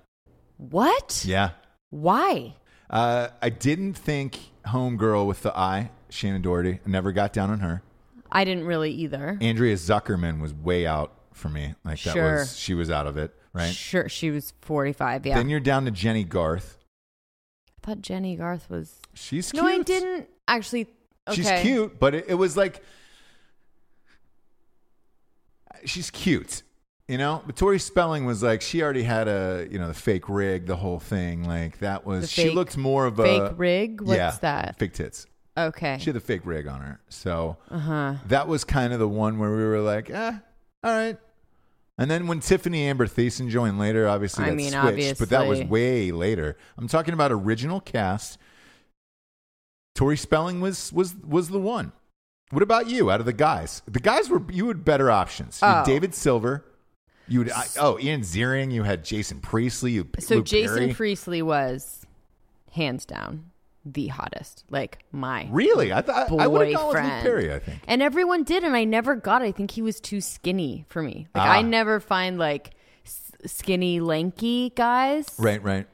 what Yeah. Why? Uh, I didn't think Homegirl with the eye, Shannon Doherty, I never got down on her. I didn't really either. Andrea Zuckerman was way out for me. Like that Sure. was she was out of it, right? Sure, she was 45. Yeah. Then you're down to Jenny Garth. I thought Jenny Garth was. She's No, I cute. didn't actually. Okay. She's cute, but it, it was like she's cute, you know. But Tori Spelling was like she already had a you know the fake rig, the whole thing. Like that was The she fake- looked more of a Fake rig? What's yeah, that? Fake tits. Okay. She had the fake rig on her, so Uh huh. that was kind of the one where we were like, eh, all right. And then when Tiffany Amber Thiessen joined later, obviously I that mean, switched, but that was obviously. way later. I'm talking about original cast. Tori Spelling was was was the one. What about you? Out of the guys, the guys were you had better options. You had Oh. David Silver, you had I, oh Ian Ziering, you had Jason Priestley, you So Luke Jason Perry. Priestley was hands down the hottest. Like my. really? I thought I would have gone with Luke boyfriend. Perry. I think And everyone did, and I never got it. I think he was too skinny for me. Like Ah. I never find like s- skinny, lanky guys. right, right.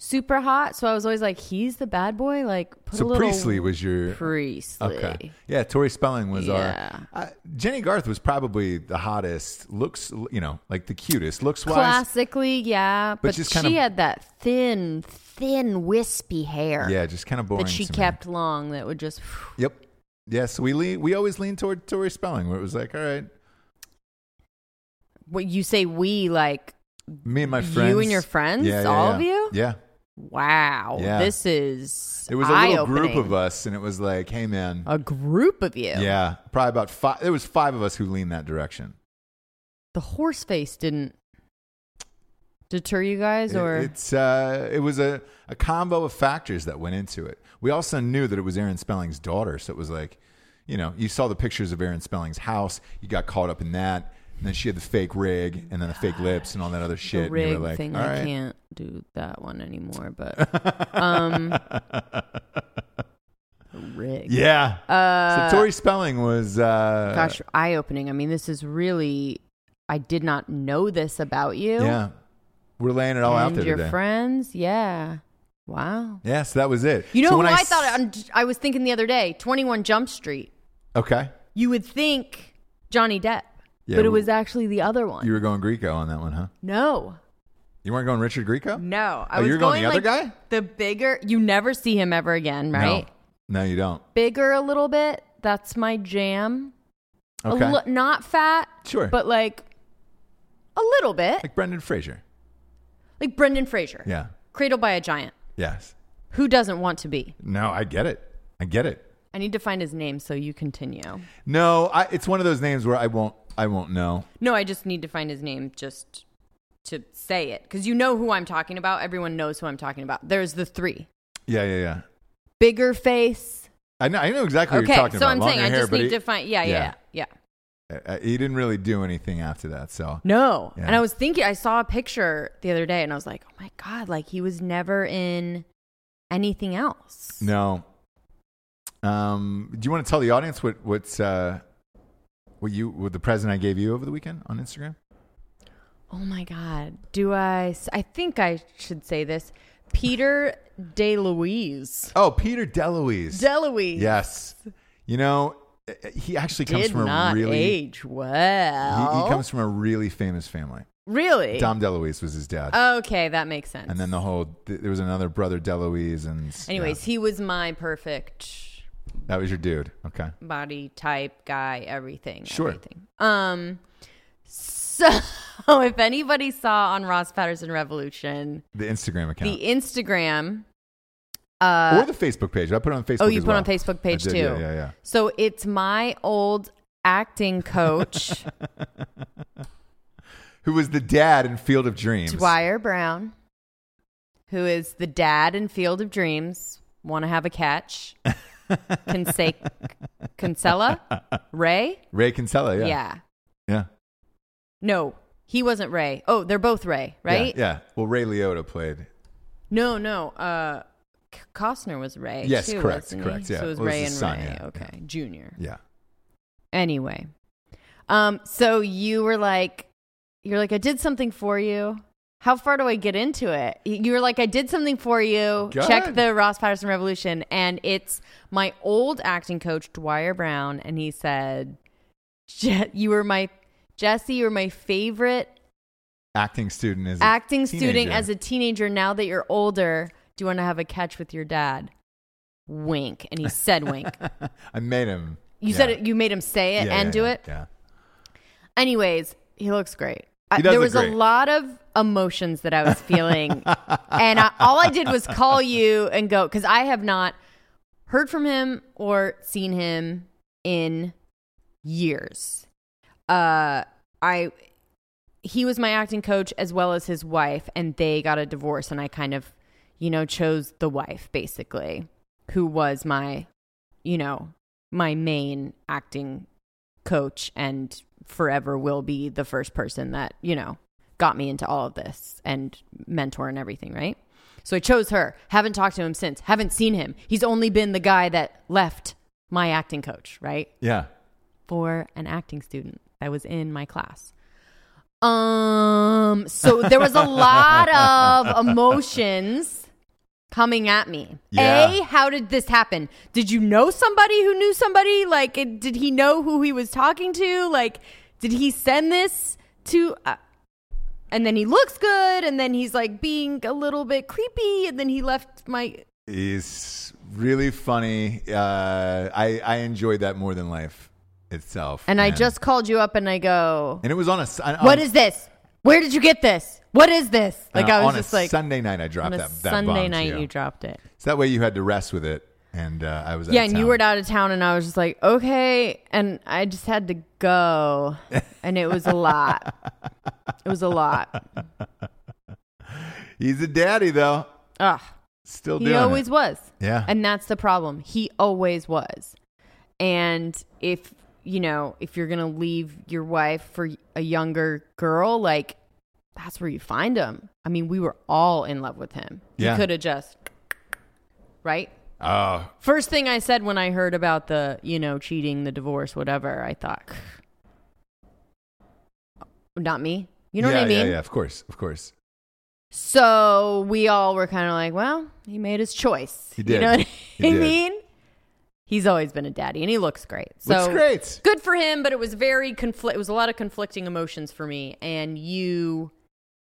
super hot. So I was always like, he's the bad boy. Like, put a So little Priestley was your Priestley. Okay. Yeah, Tori Spelling was Yeah. our. Uh, Jenny Garth was probably the hottest. Looks, you know, like the cutest. Looks wise. Classically, yeah, but, just she kinda- had that thin, thin, wispy hair Yeah, just kind of boring. that she to me. kept long. That would just Yep. Yes, we lean, we always lean toward Tori Spelling, where it was like, all right, What you say? We like Me and my You friends. and your friends? All of you? Yeah. wow. Yeah. This is It was a little group eye-opening. Oh, of us, and it was like, hey, man. A group of you. yeah. Probably about five. There was five of us who leaned that direction. The horse face didn't deter you guys, It- or it's uh, it was a, a combo of factors that went into it. We also knew that it was Aaron Spelling's daughter, so it was like, you know, you saw the pictures of Aaron Spelling's house, you got caught up in that, and then she had the fake rig and then the fake lips and all that other shit. the and you were rig like, thing. "All I right." can't do that one anymore. But um, rig. Yeah. Uh, so Tori Spelling was uh, gosh, eye opening. I mean, this is really. I did not know this about you. Yeah. We're laying it all out and there your today. friends. Yeah. Wow. yeah, so that was it. You know so who when I, s- thought I'm, I was thinking the other day? Twenty One Jump Street. Okay. You would think Johnny Depp, Yeah, but it we- was actually the other one. You were going Greco on that one, huh? no, You weren't going Richard Greco? no. I Oh, was you were going the other like, guy? The bigger. You never see him ever again, right? No, no you don't. Bigger a little bit. That's my jam. Okay. A li- not fat. Sure. But like a little bit, like Brendan Fraser. like Brendan Fraser, Yeah. cradled by a giant. Yes. Who doesn't want to be? No, I get it. I get it. I need to find his name so you continue. No, I, it's one of those names where I won't. I won't know. No, I just need to find his name just to say it because you know who I'm talking about. Everyone knows who I'm talking about. There's the three Yeah, yeah, yeah. bigger face. I know. I know exactly what okay, you're talking so about. I'm Longer saying I hair, just but need he, to find. Yeah, yeah, yeah. yeah. uh, he didn't really do anything after that. So No, Yeah. and I was thinking. I saw a picture the other day, and I was like, oh my god, like he was never in anything else. no. Um, do you want to tell the audience what what's uh, what you what the present I gave you over the weekend on Instagram? Oh my god, do I? s- I think I should say this. Peter DeLuise. Oh, Peter DeLuise. DeLuise. yes. You know, uh, uh, he actually comes Did from not a really age he, well. he comes from a really famous family. Really? Dom DeLuise was his dad. Okay, that makes sense. and then the whole th- there was another brother Deloise and anyways, yeah, he was my perfect that was your dude. Okay, body type guy, everything. Sure. Everything. Um so if anybody saw on Ross Patterson Revolution the Instagram account the Instagram uh or the Facebook page. I put it on Facebook. Oh, you as put on well. Facebook page I did, too. Yeah, yeah, yeah. So it's my old acting coach, Who was the dad in Field of Dreams? Dwyer Brown, who is the dad in Field of Dreams. Want to have a catch? Conse- Kinsella? Ray? Ray Kinsella. Yeah, Yeah. yeah, No, he wasn't Ray. Oh, they're both Ray, right? Yeah, yeah. Well, Ray Liotta played. No, no. Uh, K- Costner was Ray. Yes, too, correct, wasn't he? correct, yeah. So it was Well, it's Ray and his son, Ray. yeah, okay, Junior. Yeah, Anyway, um, so you were like, you're like, I did something for you. How far do I get into it? You were like, I did something for you. Check Good. the Ross Patterson Revolution, and it's my old acting coach Dwyer Brown, and he said, "Je- "You were my Jesse. You were my favorite acting student is acting student as a teenager now that you're older do you want to have a catch with your dad wink and he said wink I made him. you yeah. said it you made him say Yeah, it yeah, and do yeah, it Yeah. anyways he looks great I, He does there look was great. a lot of emotions that i was feeling and I, all i did was call you and go because i have not heard from him or seen him in years uh i he was my acting coach as well as his wife and they got a divorce and i kind of you know chose the wife basically who was my you know my main acting coach and forever will be the first person that you know got me into all of this and mentor and everything right so i chose her haven't talked to him since haven't seen him he's only been the guy that left my acting coach right Yeah. for an acting student that was in my class. Um, so there was a lot of emotions coming at me. Yeah. A, how did this happen? Did you know somebody who knew somebody? Like, it- did he know who he was talking to? Like, did he send this to? Uh, and then he looks good, and then he's like being a little bit creepy, and then he left my. He's really funny. Uh, I I enjoyed that more than life. itself. And I man. just called you up and I go, and it was on a Sun- on, What is this? Where did you get this? What is this? Like Uh, on I a- was on just a like Sunday night. I dropped on a that, that bomb Sunday to night you. you dropped it. So that way you had to rest with it, and uh, I was out yeah, of and you town. were out of town and I was just like, okay, and I just had to go. And it was a lot. it was a lot. He's a daddy though, Ugh. still He doing always it. was. Yeah. And that's the problem. He always was. And if, you know, if you're going to leave your wife for a younger girl, like that's where you find him. I mean, we were all in love with him. Yeah. He could have just right? Oh, First thing I said when I heard about the, you know, cheating, the divorce, whatever, I thought not me. You know yeah, what I mean? Yeah, yeah, of course, of course. So we all were kind of like, well, he made his choice. He did. You know what I He did. mean? He's always been a daddy and he looks great. So Looks great. Good for him, but it was very conflict it was a lot of conflicting emotions for me. And you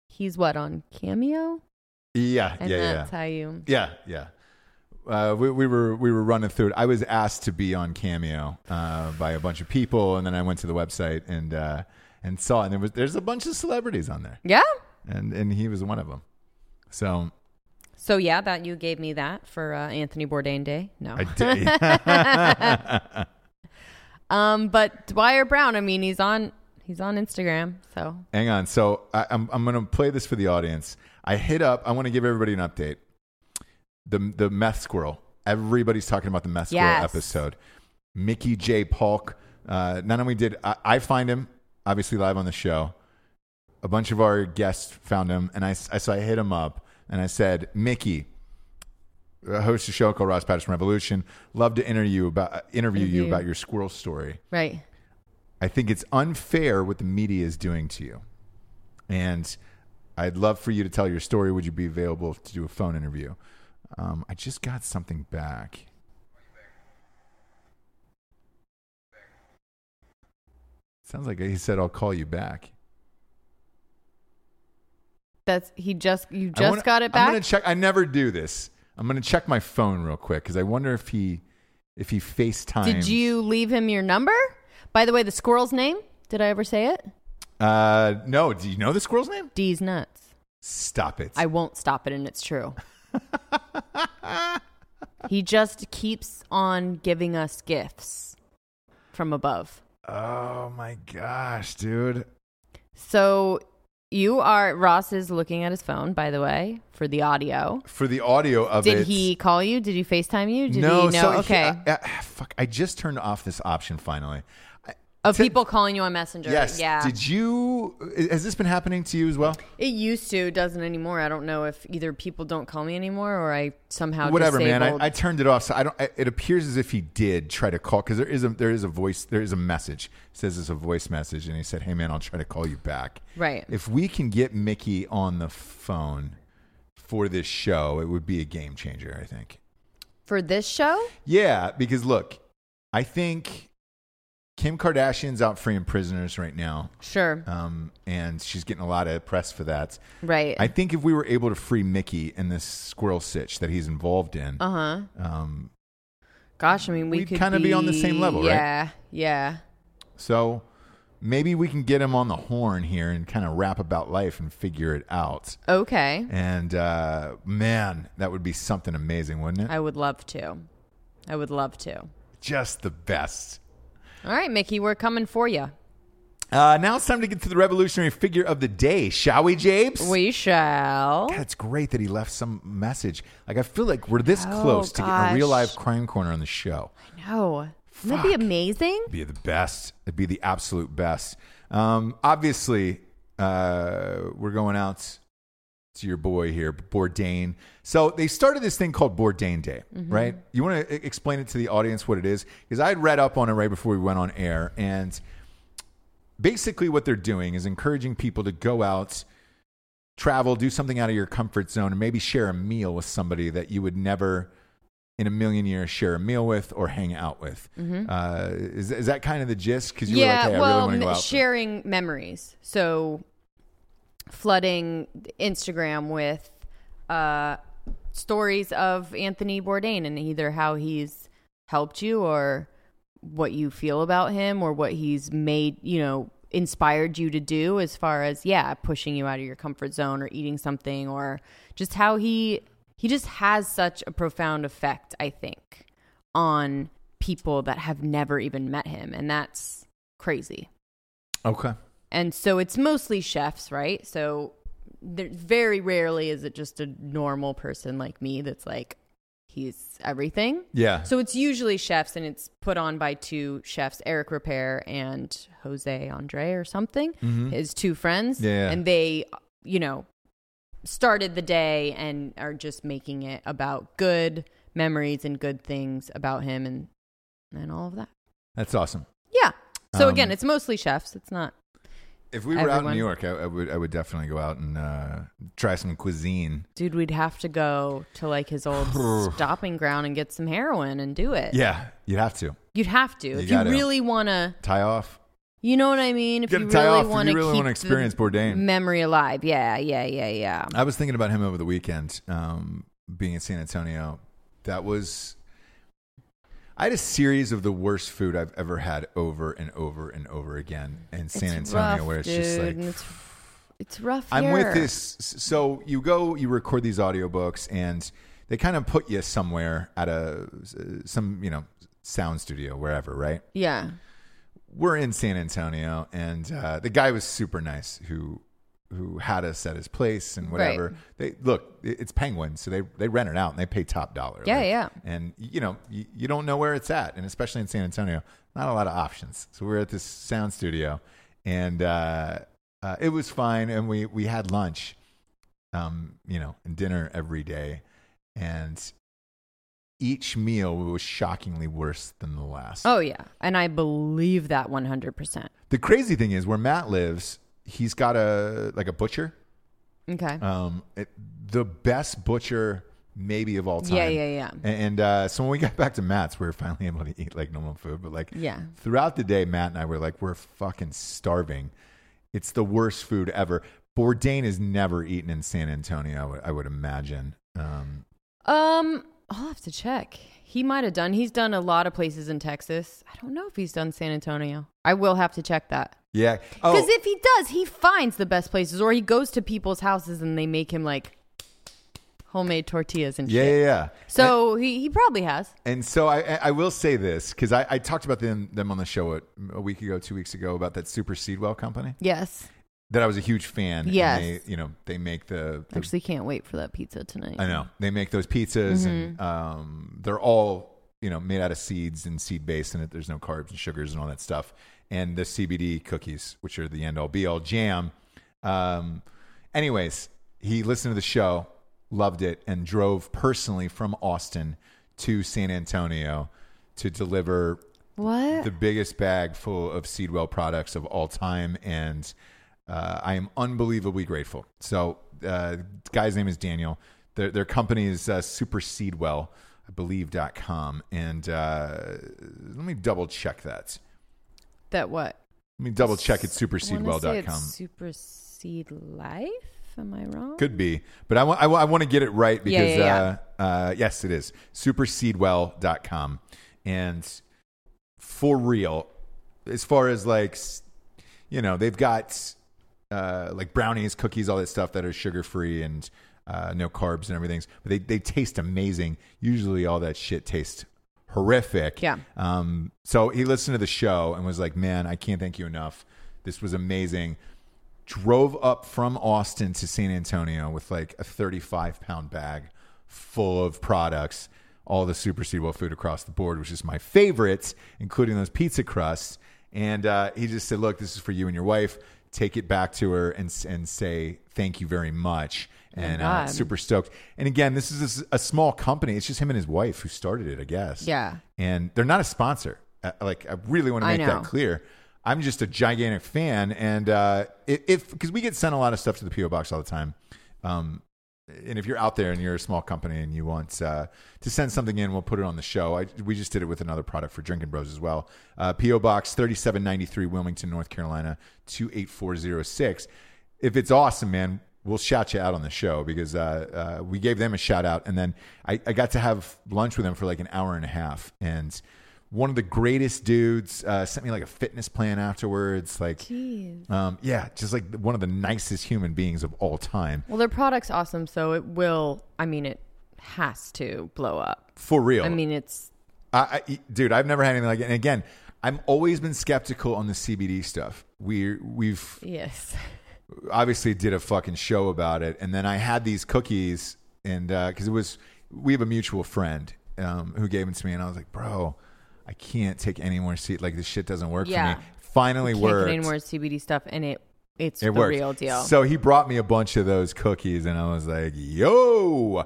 he's what on Cameo? Yeah, And yeah, yeah. that's how you Yeah, yeah. Uh, we, we were we were running through it. I was asked to be on Cameo uh, by a bunch of people, and then I went to the website and uh, and saw, and there was there's a bunch of celebrities on there, Yeah. and and he was one of them. So So yeah, that you gave me that for uh, Anthony Bourdain Day. No. I did. um, but Dwyer Brown, I mean, he's on he's on Instagram, so Hang on. So I, I'm I'm gonna play this for the audience. I hit up. I want to give everybody an update. The the meth squirrel. Everybody's talking about the meth squirrel Yes. episode. Mickey J. Polk. Uh, not only did I, I find him, obviously live on the show. A bunch of our guests found him, and I, s- I- so I hit him up and I said, Mickey, uh, host of the show called Ross Patterson Revolution, love to interview about uh, interview you Interview. about your squirrel story. right. I think it's unfair what the media is doing to you. And I'd love for you to tell your story. Would you be available to do a phone interview? Um, I just got something back. Sounds like he said, I'll call you back. That's he just you I just wanna- got it I'm back. gonna check. I never do this. I'm gonna check my phone real quick because I wonder if he if he FaceTimes. Did you leave him your number? By the way, the squirrel's name? Did I ever say it? Uh, no. Do you know the squirrel's name? D's nuts. Stop it. I won't stop it, and it's true. he just keeps on giving us gifts from above. oh my gosh, dude. So you are Ross is looking at his phone, by the way, for the audio. for the audio of it. Did he call you? Did he FaceTime you? Did no, he know? so he- uh, okay. I- I- fuck, I just turned off this option finally. I- of t- Oh, people calling you on Messenger. Yes. Yeah. Did you? Has this been happening to you as well? It used to, it doesn't anymore. I don't know if either people don't call me anymore or I somehow Whatever, disabled. man. I, I turned it off. So I don't. I, it appears as if he did try to call because there is a there is a voice there is a message. It says it's a voice message, and he said, "Hey, man, I'll try to call you back." Right. If we can get Mickey on the phone for this show, it would be a game changer. I think. For this show? Yeah, because look, I think Kim Kardashian's out freeing prisoners right now, Sure. um, and she's getting a lot of press for that. right. I think if we were able to free Mickey in this squirrel sitch that he's involved in, uh huh. um, Gosh, I mean, we We'd could kinda be on the same level, right? yeah, right? Yeah. so maybe we can get him on the horn here and kind of rap about life and figure it out. Okay. And uh, man, that would be something amazing, wouldn't it? I would love to. I would love to. Just the best. All right, Mickey, we're coming for you. Uh, now it's time to get to the revolutionary figure of the day, shall we, Japes? We shall. God, it's great that he left some message. Like I feel like we're this Oh, close to getting a real gosh. live crime corner on the show. No. Wouldn't that be Fuck. amazing? It'd be the best. It'd be the absolute best. Um, obviously, uh, we're going out to your boy here, Bourdain. So they started this thing called Bourdain Day, Mm-hmm. right? You want to explain it to the audience what it is? Because I had read up on it right before we went on air, and basically what they're doing is encouraging people to go out travel do something out of your comfort zone and maybe share a meal with somebody that you would never in a million years share a meal with or hang out with uh, is, is that kind of the gist because you Mm-hmm. yeah, were like hey i really well, want to go m- out sharing memories. So flooding Instagram with uh, stories of Anthony Bourdain and either how he's helped you or what you feel about him or what he's made, you know, inspired you to do as far as yeah, pushing you out of your comfort zone or eating something or just how he he just has such a profound effect, I think, on people that have never even met him and that's crazy. Okay. And so it's mostly chefs, right? So there, very rarely is it just a normal person like me that's like, he's everything. Yeah. So it's usually chefs, and it's put on by two chefs, Eric Repair and Jose Andre or something, his two friends. Mm-hmm. Yeah. And they, you know, started the day and are just making it about good memories and good things about him and and all of that. That's awesome. Yeah. So Um, again, it's mostly chefs. It's not If we were out in Everyone. New York, I, I would I would definitely go out and uh, try some cuisine. Dude, we'd have to go to like his old stopping ground and get some heroin and do it. Yeah, you'd have to You'd have to. if you gotta. really want to, tie off. you know what I mean? If Get you a tie really off if you want to really keep wanna experience the Bourdain. memory alive. Yeah, yeah, yeah, yeah. I was thinking about him over the weekend, um, being in San Antonio. That was. I had a series of the worst food I've ever had over and over and over again in San It's Antonio, rough, where it's just dude, like and it's, it's rough. I'm with here. this. So you go, you record these audiobooks, and they kind of put you somewhere at a some you know sound studio, wherever, right? Yeah, We're in San Antonio, and uh, the guy was super nice who who had us at his place and whatever. Right. They look, it- it's Penguin, so they they rent it out and they pay top dollar. Yeah, yeah. And you know, you, you don't know where it's at, and especially in San Antonio, not a lot of options. So we're at this sound studio, and uh, uh, it was fine, and we we had lunch um, you know, and dinner every day. And each meal was shockingly worse than the last. Oh yeah, and I believe that 100. percent The crazy thing is where Matt lives, he's got a like a butcher. Okay. Um it, the best butcher maybe of all time. Yeah, yeah, yeah. A- And uh, so when we got back to Matt's, we were finally able to eat like normal food. But like Yeah. throughout the day, Matt and I were like, we're fucking starving. It's the worst food ever. Bourdain is never eaten in San Antonio, I would, I would imagine. Um, Um, I'll have to check. He might have done. He's done a lot of places in Texas. I don't know if he's done San Antonio. I will have to check that. Yeah. Oh, Because if he does, he finds the best places, or he goes to people's houses and they make him like homemade tortillas and yeah, shit. yeah, yeah. So he, he probably has. And so I, I I will say this because I, I talked about them them on the show a, a week ago, two weeks ago about that Super Seedwell company Yes. that I was a huge fan. and Yes. they, you know they make the, the- Actually, can't wait for that pizza tonight. I know they make those pizzas and um, they're all you know made out of seeds and seed based and it. There's no carbs and sugars and all that stuff. And the CBD cookies, which are the end all be all jam. Um, anyways, he listened to the show, loved it, and drove personally from Austin to San Antonio to deliver What? the biggest bag full of Seedwell products of all time, and uh, I am unbelievably grateful. So, uh, the guy's name is Daniel. Their, their company is uh, Super Seedwell, I believe, dot com. And uh, let me double check that. that what? Let me double check it. Wanna say it's Superseedwell.com. Superseed life? Am I wrong? Could be, but I want I, want to get it right Yeah, because yeah, Uh, uh, yes, it is superseedwell.com. and for real, as far as like s- you know, they've got uh, like brownies, cookies, all that stuff that are sugar free and uh, no carbs and everything. But they they taste amazing. Usually, all that shit tastes horrific. Yeah. Um. So he listened to the show and was like, "Man, I can't thank you enough. This was amazing." drove up from Austin to San Antonio with like a 35 pound bag full of products, all the super seedwell food across the board, which is my favorites, including those pizza crusts. And uh, he just said, "Look, this is for you and your wife. Take it back to her and and say thank you very much." And uh, God. super stoked. And again, this is a, a small company. It's just him and his wife who started it, I guess. Yeah. And they're not a sponsor. Uh, like I really want to I make that know. clear. I'm just a gigantic fan, and uh, i- if because we get sent a lot of stuff to the PO box all the time, um, and if you're out there and you're a small company and you want uh, to send something in, we'll put it on the show. I, we just did it with another product for Drinking Bros as well. Uh, PO Box 3793, Wilmington, North Carolina 28406. If it's awesome, man, we'll shout you out on the show because uh, uh, we gave them a shout out, and then I, I got to have lunch with them for like an hour and a half, and one of the greatest dudes. Uh, sent me like a fitness plan afterwards. Like, um, yeah, just like one of the nicest human beings of all time. Well, their product's awesome, so it will. I mean, it has to blow up. For real. I mean, it's I, I, dude, I've never had anything like it. And again, I've always been skeptical on the CBD stuff. We we've yes. obviously did a fucking show about it, and then I had these cookies, and because it was we have a mutual friend um, who gave them to me, and I was like, bro, I can't take any more seed. Like this shit doesn't work Yeah. for me. Finally Can't worked. get any more CBD stuff, and it it's It the worked. real deal. So he brought me a bunch of those cookies, and I was like, "Yo,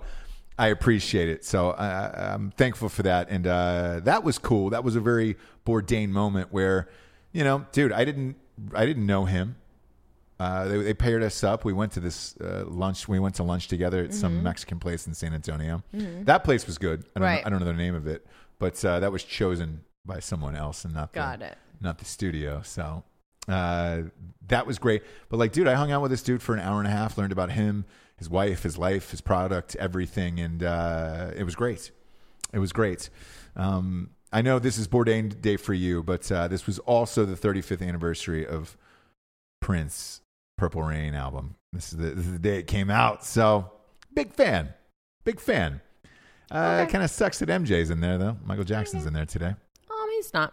I appreciate it." So I, I'm thankful for that, and uh, that was cool. That was a very Bourdain moment where, you know, dude, I didn't, I didn't know him. Uh, they, they paired us up. We went to this uh, lunch. We went to lunch together at Mm-hmm. some Mexican place in San Antonio. That place was good. I don't, Right. know, I don't know the name of it, but uh, that was chosen by someone else and not the- Got it. not the studio. So uh, that was great. But like, dude, I hung out with this dude for an hour and a half, learned about him, his wife, his life, his product, everything, and uh, it was great. It was great. Um, I know this is Bourdain Day for you, but uh, this was also the 35th anniversary of Prince Purple Rain album. This is the, this is the day it came out. So big fan, big fan. Uh, Okay. Mm-hmm. Kind of sucks that MJ's in there though. Michael Jackson's in there today. um, he's not.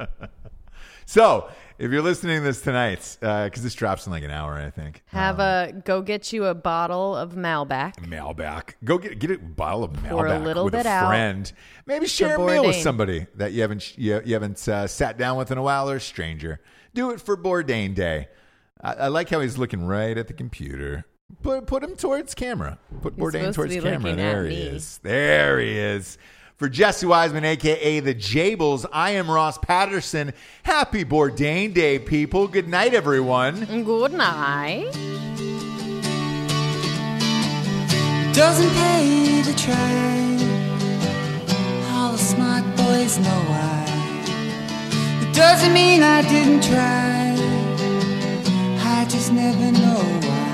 so if you're listening to this tonight, because this drops in like an hour, I think. Have a go get you a bottle of Malbec. Mail back. Go get get a bottle of mail Pour a back little with bit a out friend. Maybe share a meal with Bourdain. somebody that you haven't you, you haven't uh, sat down with in a while or a stranger. Do it for Bourdain Day. I, I like how he's looking right at the computer. Put put him towards camera. Put supposed to Bourdain towards be camera. looking at There he me. is. There he is. For Jesse Wiseman, aka the Jables, I am Ross Patterson. Happy Bourdain Day, people. Good night, everyone. Good night. Doesn't pay to try. All the smart boys know why. It doesn't mean I didn't try. I just never know why.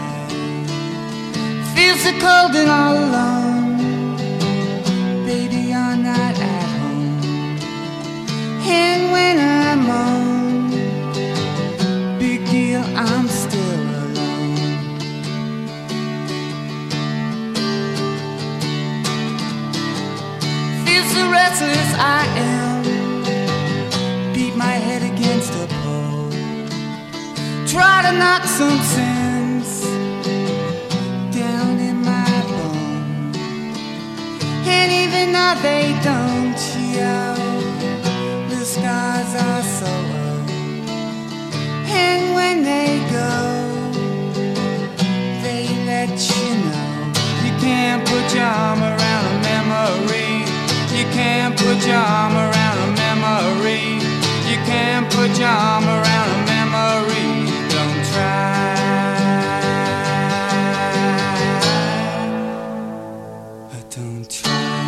Feel so cold and all alone. Baby, you're not at home. And when I'm on, big deal, I'm still alone. feels the restless I am. Beat my head against a pole. Try to knock some sense down in my bones. And even though they don't yell, the scars are so old. And when they go, they let you know. You can't put your arm around a memory. You can't put your arm around a memory. You can't put your arm around a memory. Don't try. But don't try.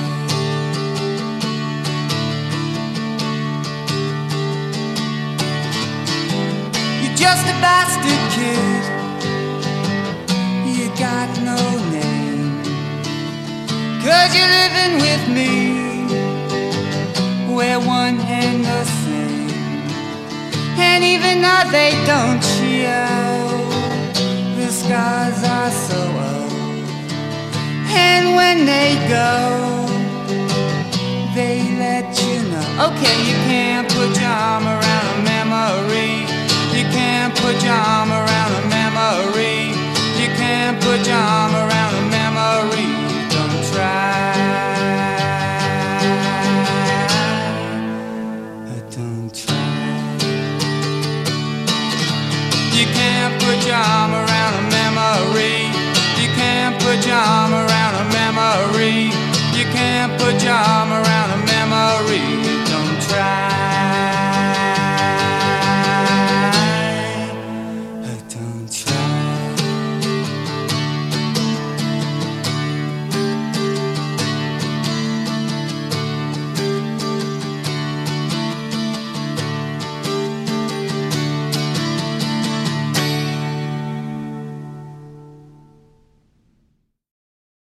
You're just a bastard kid. You got no name. Cause you're living with me. We're one and the same. And even though they don't yell, the scars are so old. And when they go, they let you know. Okay, you can't put your arm around a memory. You can't put your arm